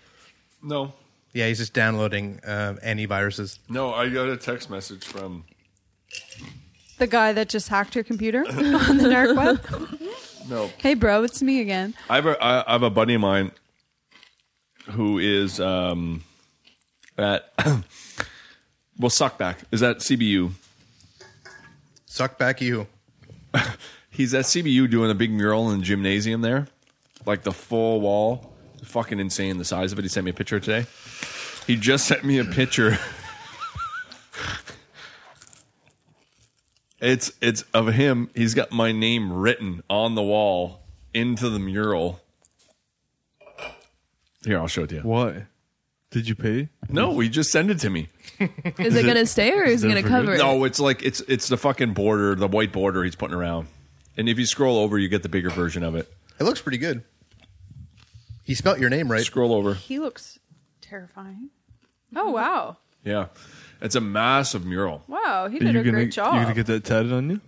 No,
yeah, he's just downloading uh, antiviruses.
no. I got a text message from
The guy that just hacked your computer on the dark web?
no.
Hey, bro, it's me again.
I have a, I, I have a buddy of mine who is um, at well suckback is at CBU.
Suck back you.
He's at CBU doing a big mural in the gymnasium there, like the full wall. Fucking insane the size of it. He sent me a picture today. He just sent me a picture. it's it's of him. He's got my name written on the wall into the mural. Here, I'll show it to you.
Why? Did you pay?
No, we just send it to me.
Is it gonna stay or is it
there
gonna
for good?
cover it?
No, it's like it's it's the fucking border, the white border he's putting around. And if you scroll over, you get the bigger version of it.
It looks pretty good. He spelt your name right.
Scroll over.
He looks terrifying. Oh, wow.
Yeah. It's a massive mural.
Wow, he
Are
did
you
a
gonna,
great job.
You gonna get that tatted on you?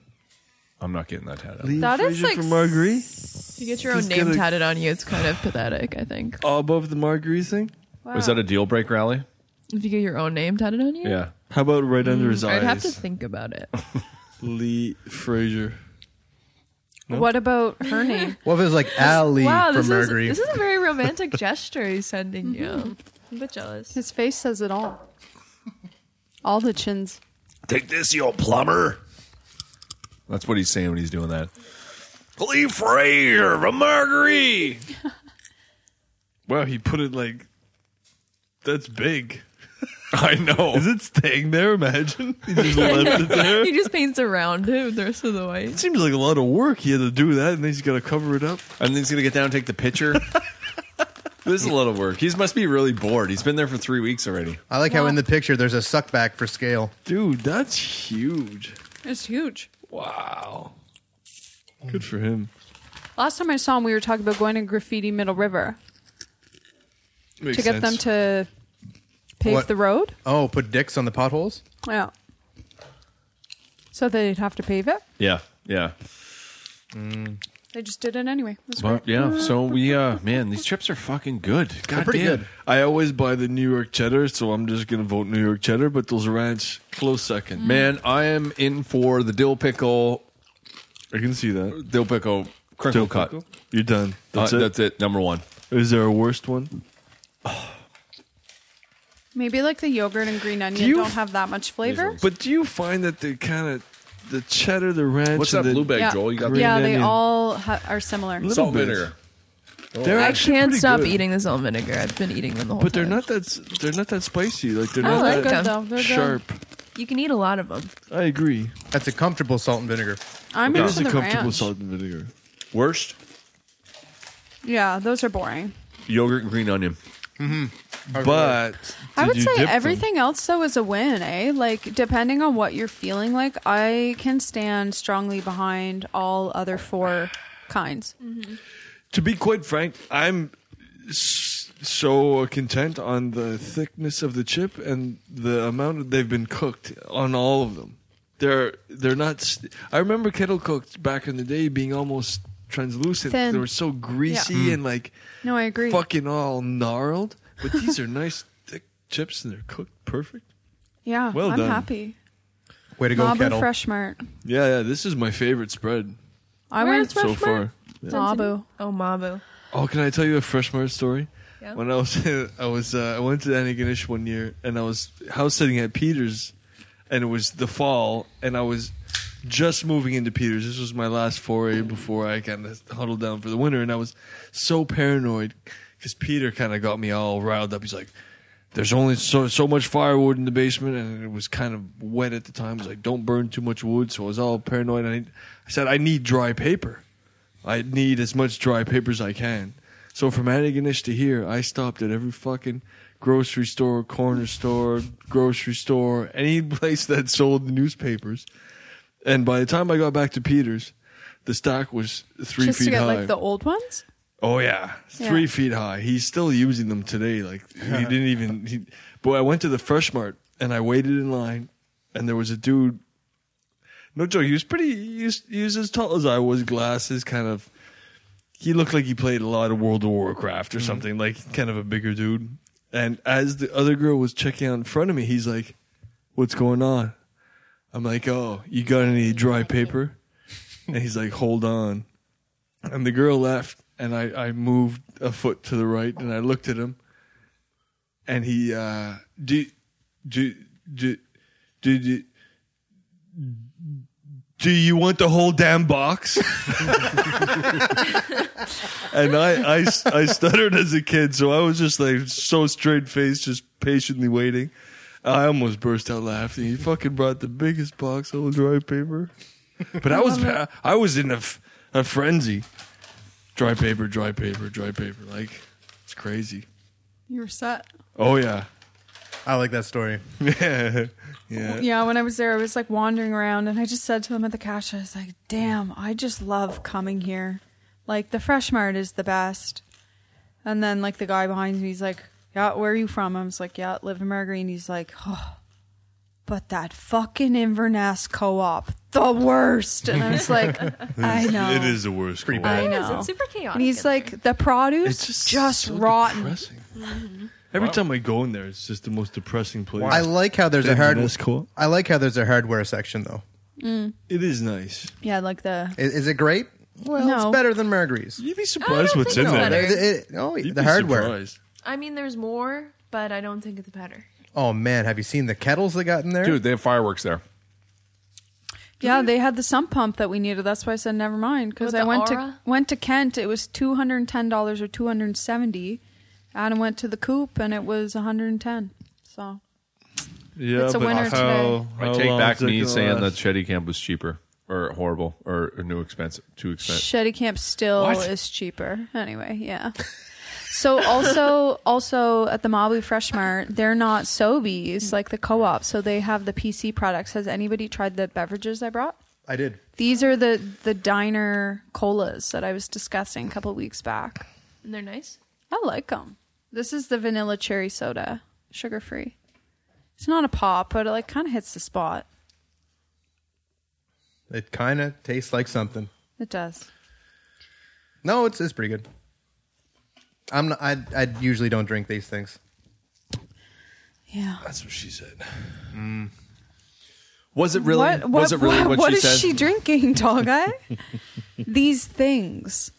I'm not getting that tatted.
That is
Fraser
like
for Marguerite
You get your own
Just
name
gonna-
tatted on you. It's kind of pathetic, I think.
above the Marguerite thing.
Was that a deal break rally?
If you get your own name tatted on you,
Yeah.
How about right under
Mm,
his eyes?
I'd have to think about it.
Lee Fraser.
What about her name?
What if it was like Ali
wow,
from
this is,
Mercury?
this is a very romantic gesture he's sending you. I'm a bit jealous.
His face says it all. All the chins.
Take this, you old plumber. That's what he's saying when he's doing that. Lee Fraser from Marguerite.
Wow, he put it like that's big.
I know.
Is it staying there? Imagine he just left it there.
he just paints around it with the rest of the white.
Seems like a lot of work he had to do that, and then he's got to cover it up.
And then he's gonna get down and take the picture. this is a lot of work. He must be really bored. He's been there for three weeks already.
I like how in the picture there's a suckback for scale.
Dude, that's huge.
It's huge.
Wow.
Hmm.
Good for him.
Last time I saw him, we were talking about going to Graffiti Middle River
Makes
to get them
sense.
to pave
What?
the road.
Oh, put dicks on the potholes.
Yeah. So they'd have to pave it.
Yeah, yeah,
They just did it anyway. That's
But, yeah. So we, uh man, these chips are fucking good. God
pretty
damn.
good.
I always buy the New York cheddar, so I'm just gonna vote New York cheddar. But those ranch, close second.
Man, I am in for the dill pickle,
Mm.
I can see that.
dill pickle crinkle cut.
You're done.
That's,
That's
it.
it.
that's it. Number one.
Is there a worst one?
Maybe like the yogurt and green onion
you-
don't have that much flavor.
But do you find that they kind of the cheddar, the ranch,
What's that
and the-
blue bag,
yeah,
Joel? You got
yeah
green
they
onion.
all ha- are similar.
Little
salt
bit.
vinegar.
They're
I
actually
can't
pretty
stop
good.
eating this almond vinegar. I've been eating them the whole
But they're
time.
not that. s- They're not that spicy. Like they're
I
not
like
like
them
them.
that
though. They're good.
sharp.
You can eat a lot of them.
I agree.
That's a comfortable salt and vinegar.
I'm
It
into
is a
the
comfortable
ranch.
salt and vinegar.
Worst
Yeah, those are boring.
yogurt and green onion.
But
I
did
would
you
say
dip them?
everything else though is a win, eh? Like depending on what you're feeling like, I can stand strongly behind all other four kinds.
To be quite frank, I'm s- so content on the thickness of the chip and the amount that they've been cooked on all of them. They're they're not. St- I remember kettle cooked back in the day being almost translucent.
Thin. Mm.
They were so greasy and like
No, I agree.
fucking all gnarled. But these are nice thick chips and they're cooked perfect.
Yeah,
Well
I'm
done.
happy.
Way to go,
Mabu
kettle.
Fresh Mart.
Yeah, yeah. This is my favorite spread
I
Where's
went
so far.
Mabu.
Oh, Mabu.
Oh, can I tell you a fresh mart story?
Yeah.
When I was I was uh, I went to Antigonish one year and I was house sitting at Peters, and it was the fall and I was just moving into Peters. This was my last foray before I kind of huddled down for the winter, and I was so paranoid because Peter kind of got me all riled up. He's like. There's only so so much firewood in the basement, and it was kind of wet at the time. He's like, "Don't burn too much wood," so I was all paranoid. And I, I said, "I need dry paper." I need as much dry paper as I can. So from Antigonish to here, I stopped at every fucking grocery store, corner store, grocery store, any place that sold newspapers. And by the time I got back to Peters, the stock was three
Just
feet
to get
high.
like the old ones.
oh yeah,
Yeah.
three feet high. He's still using them today. Like he didn't even. He, but I went to the Fresh Mart and I waited in line, and there was a dude no joke. He was pretty. He was, he was as tall as I was. Glasses, kind of. He looked like he played a lot of World of Warcraft or something. Like kind of a bigger dude. And as the other girl was checking out in front of me, he's like, "What's going on?" I'm like, "Oh, you got any dry paper?" And he's like, "Hold on." And the girl left, and I I moved a foot to the right, and I looked at him, and he uh, do do do do. do do you want the whole damn box? and I, I, I stuttered as a kid, so I was just like so straight faced, just patiently waiting. I almost burst out laughing. He fucking brought the biggest box of dry paper, but I was I was in a, f- a frenzy. Dry paper, dry paper, dry paper. Like it's crazy.
You were set.
Oh yeah,
I like that story.
yeah, yeah.
Yeah, when I was there, I was like wandering around, and I just said to them at the cash, I was like, "Damn, I just love coming here. Like the Fresh Mart is the best." And then like the guy behind me, he's like, "Yeah, where are you from?" I was like, "Yeah, live in Margarine." He's like, "Oh, but that fucking Inverness co-op, the worst." And I was like, "I know."
It is the worst. Pretty
I
It is.
know.
It's super chaotic.
And he's
in there.
like, "The produce
It's just,
just
so
rotten."
depressing. Every time I go in there, it's just the most depressing place.
I like how there's a hard.
That's cool.
I like how there's a hardware section though.
It is nice.
Yeah, like the
Is, is it great? Well,
No.
it's better than Margary's.
You'd be
I
surprised
don't
what's in
think so.
there.
Better.
It- it- oh,
You'd
the
be
hardware.
surprised.
I mean, there's more, but I don't think it's better.
Oh man, have you seen the kettles they got in there?
Dude, they have fireworks there.
Yeah, they had the sump pump that we needed. That's why I said never mind because
With
I
the
went to
Aura?
went to Kent. It was two hundred and ten dollars or two hundred and seventy, Adam went to the coop and it was 110. So
Yeah,
It's a
but how,
winner today.
I
how
take
long
back
is it
me
gonna
saying that
last?
Shetty Camp was cheaper or horrible or, or new expensive, too expensive.
Shetty Camp still
What?
is cheaper. Anyway, yeah. So also also at the Mabu Fresh Mart, they're not Sobeys like the co-op, so they have the PC products. Has anybody tried the beverages I brought?
I did.
These are the the diner colas that I was discussing a couple weeks back.
And they're nice.
I like them. This is the vanilla cherry soda, sugar free. It's not a pop, but it like kind of hits the spot.
It kind of tastes like something.
It does.
No, it's it's pretty good. I'm not, I I usually don't drink these things.
Yeah.
That's what she said.
Was it really? was it really what,
what
she
is
said?
she drinking, tall guy? These things.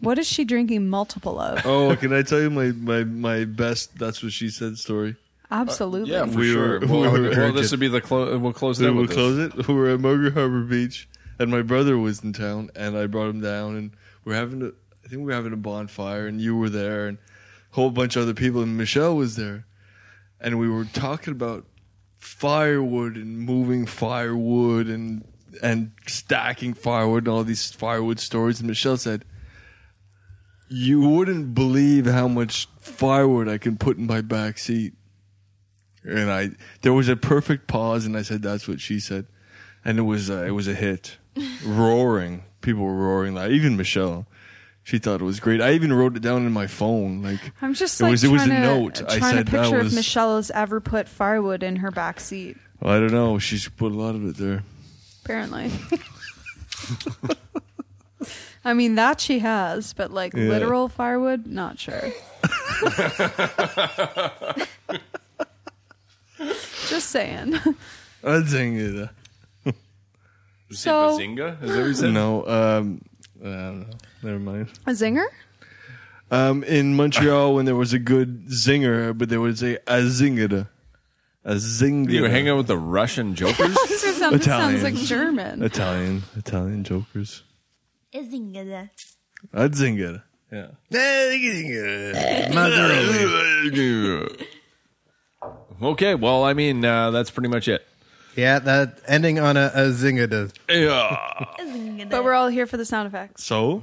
What is she drinking multiple of?
Oh, can I tell you my, my, my best that's what she said story?
Absolutely.
yeah, for
We
sure.
were- we
well,
were-
well, this would be the close. We'll close it.
Then
out
we'll
with
close
this.
it. We were at Moger Harbor Beach, and my brother was in town, and I brought him down, and we're having a, I think we we're having a bonfire, and you were there, and a whole bunch of other people, and Michelle was there, and we were talking about firewood and moving firewood and and stacking firewood and all these firewood stories, and Michelle said. You wouldn't believe how much firewood I can put in my back seat. And I, there was a perfect pause, and I said, "That's what she said," and it was, uh, it was a hit, roaring. People were roaring loud. Even Michelle, she thought it was great. I even wrote it down in my phone. Like
I'm just
it
like
was, it
trying,
was a
to,
note.
trying
I said
to
that
picture if
was.
Michelle has ever put firewood in her back seat.
Well, I don't know. She's put a lot of it there.
Apparently. I mean that she has, but like
Yeah.
literal firewood, not sure. just saying.
I'm saying it.
Is it
So-
Bazinga? Is that what you
uh,
said?
No, um, I don't know. Never mind.
A zinger?
Um, in Montreal, when there was a good zinger, but they would say a zinger, a zinger.
You hang out with the Russian jokers?
This is- sounds, this sounds like
Italians.
German.
Italian, Italian jokers.
Zingada.
A zinger. Yeah.
okay, well, I mean, uh, that's pretty much it.
Yeah, that ending on a, a zinga does.
But we're all here for the sound effects.
So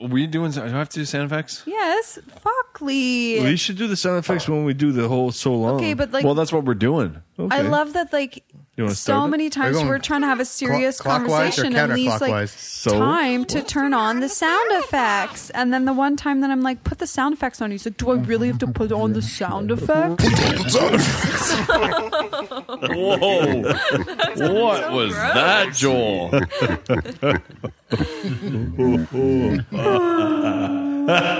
We doing? Do I have to do sound effects?
Yes. Fuck
we
Lee.
should do the sound effects when we do the whole so long.
Okay, but like
well, that's what we're doing.
I
Okay.
love that like
You wanna
so
start it?
many times
going
we're trying to have a serious
clockwise or
conversation and Lee's like
counterclockwise?
So?
time to turn on the sound effects. And then the one time that I'm like, put the sound effects on. He's like, do I really have to put on the sound effects?
Whoa! what was that, Joel?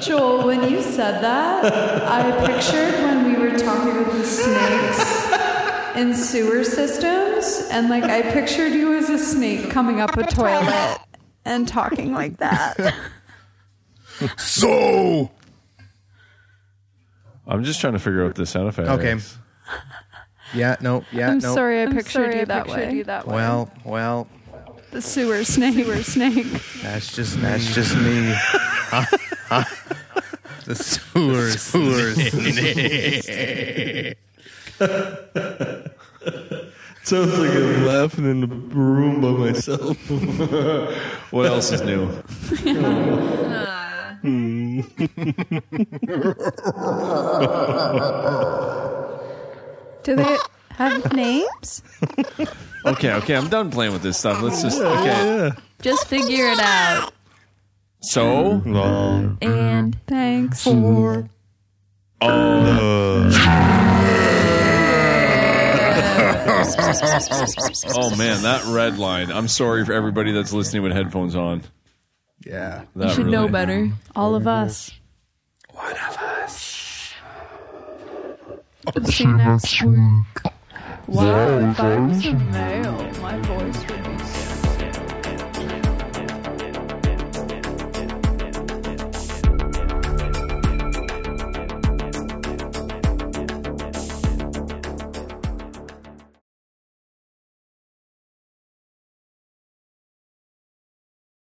Joel, when you said that, I pictured when we were talking about the snakes in sewer systems, and like I pictured you as a snake coming up a toilet and talking like that.
So
I'm just trying to figure out the sound effect.
okay. Yeah, no, yeah,
I'm
no.
sorry, I
I'm
pictured
sorry
you
I
that
pictured
way.
you that way.
Well, well,
The sewer snake. Sewer snake.
that's just that's just me. the sewers,
sounds like I'm laughing in the room by myself.
What else is new?
Do they have names?
Okay, okay, I'm done playing with this stuff. Let's just okay.
Just figure it out.
So
And
Thanks.
Oh man, that red line. I'm sorry for everybody that's listening with headphones on.
Yeah,
That
should
really-
know better.
All of us. One of us. See you next week. Wow, if I was a male, my voice would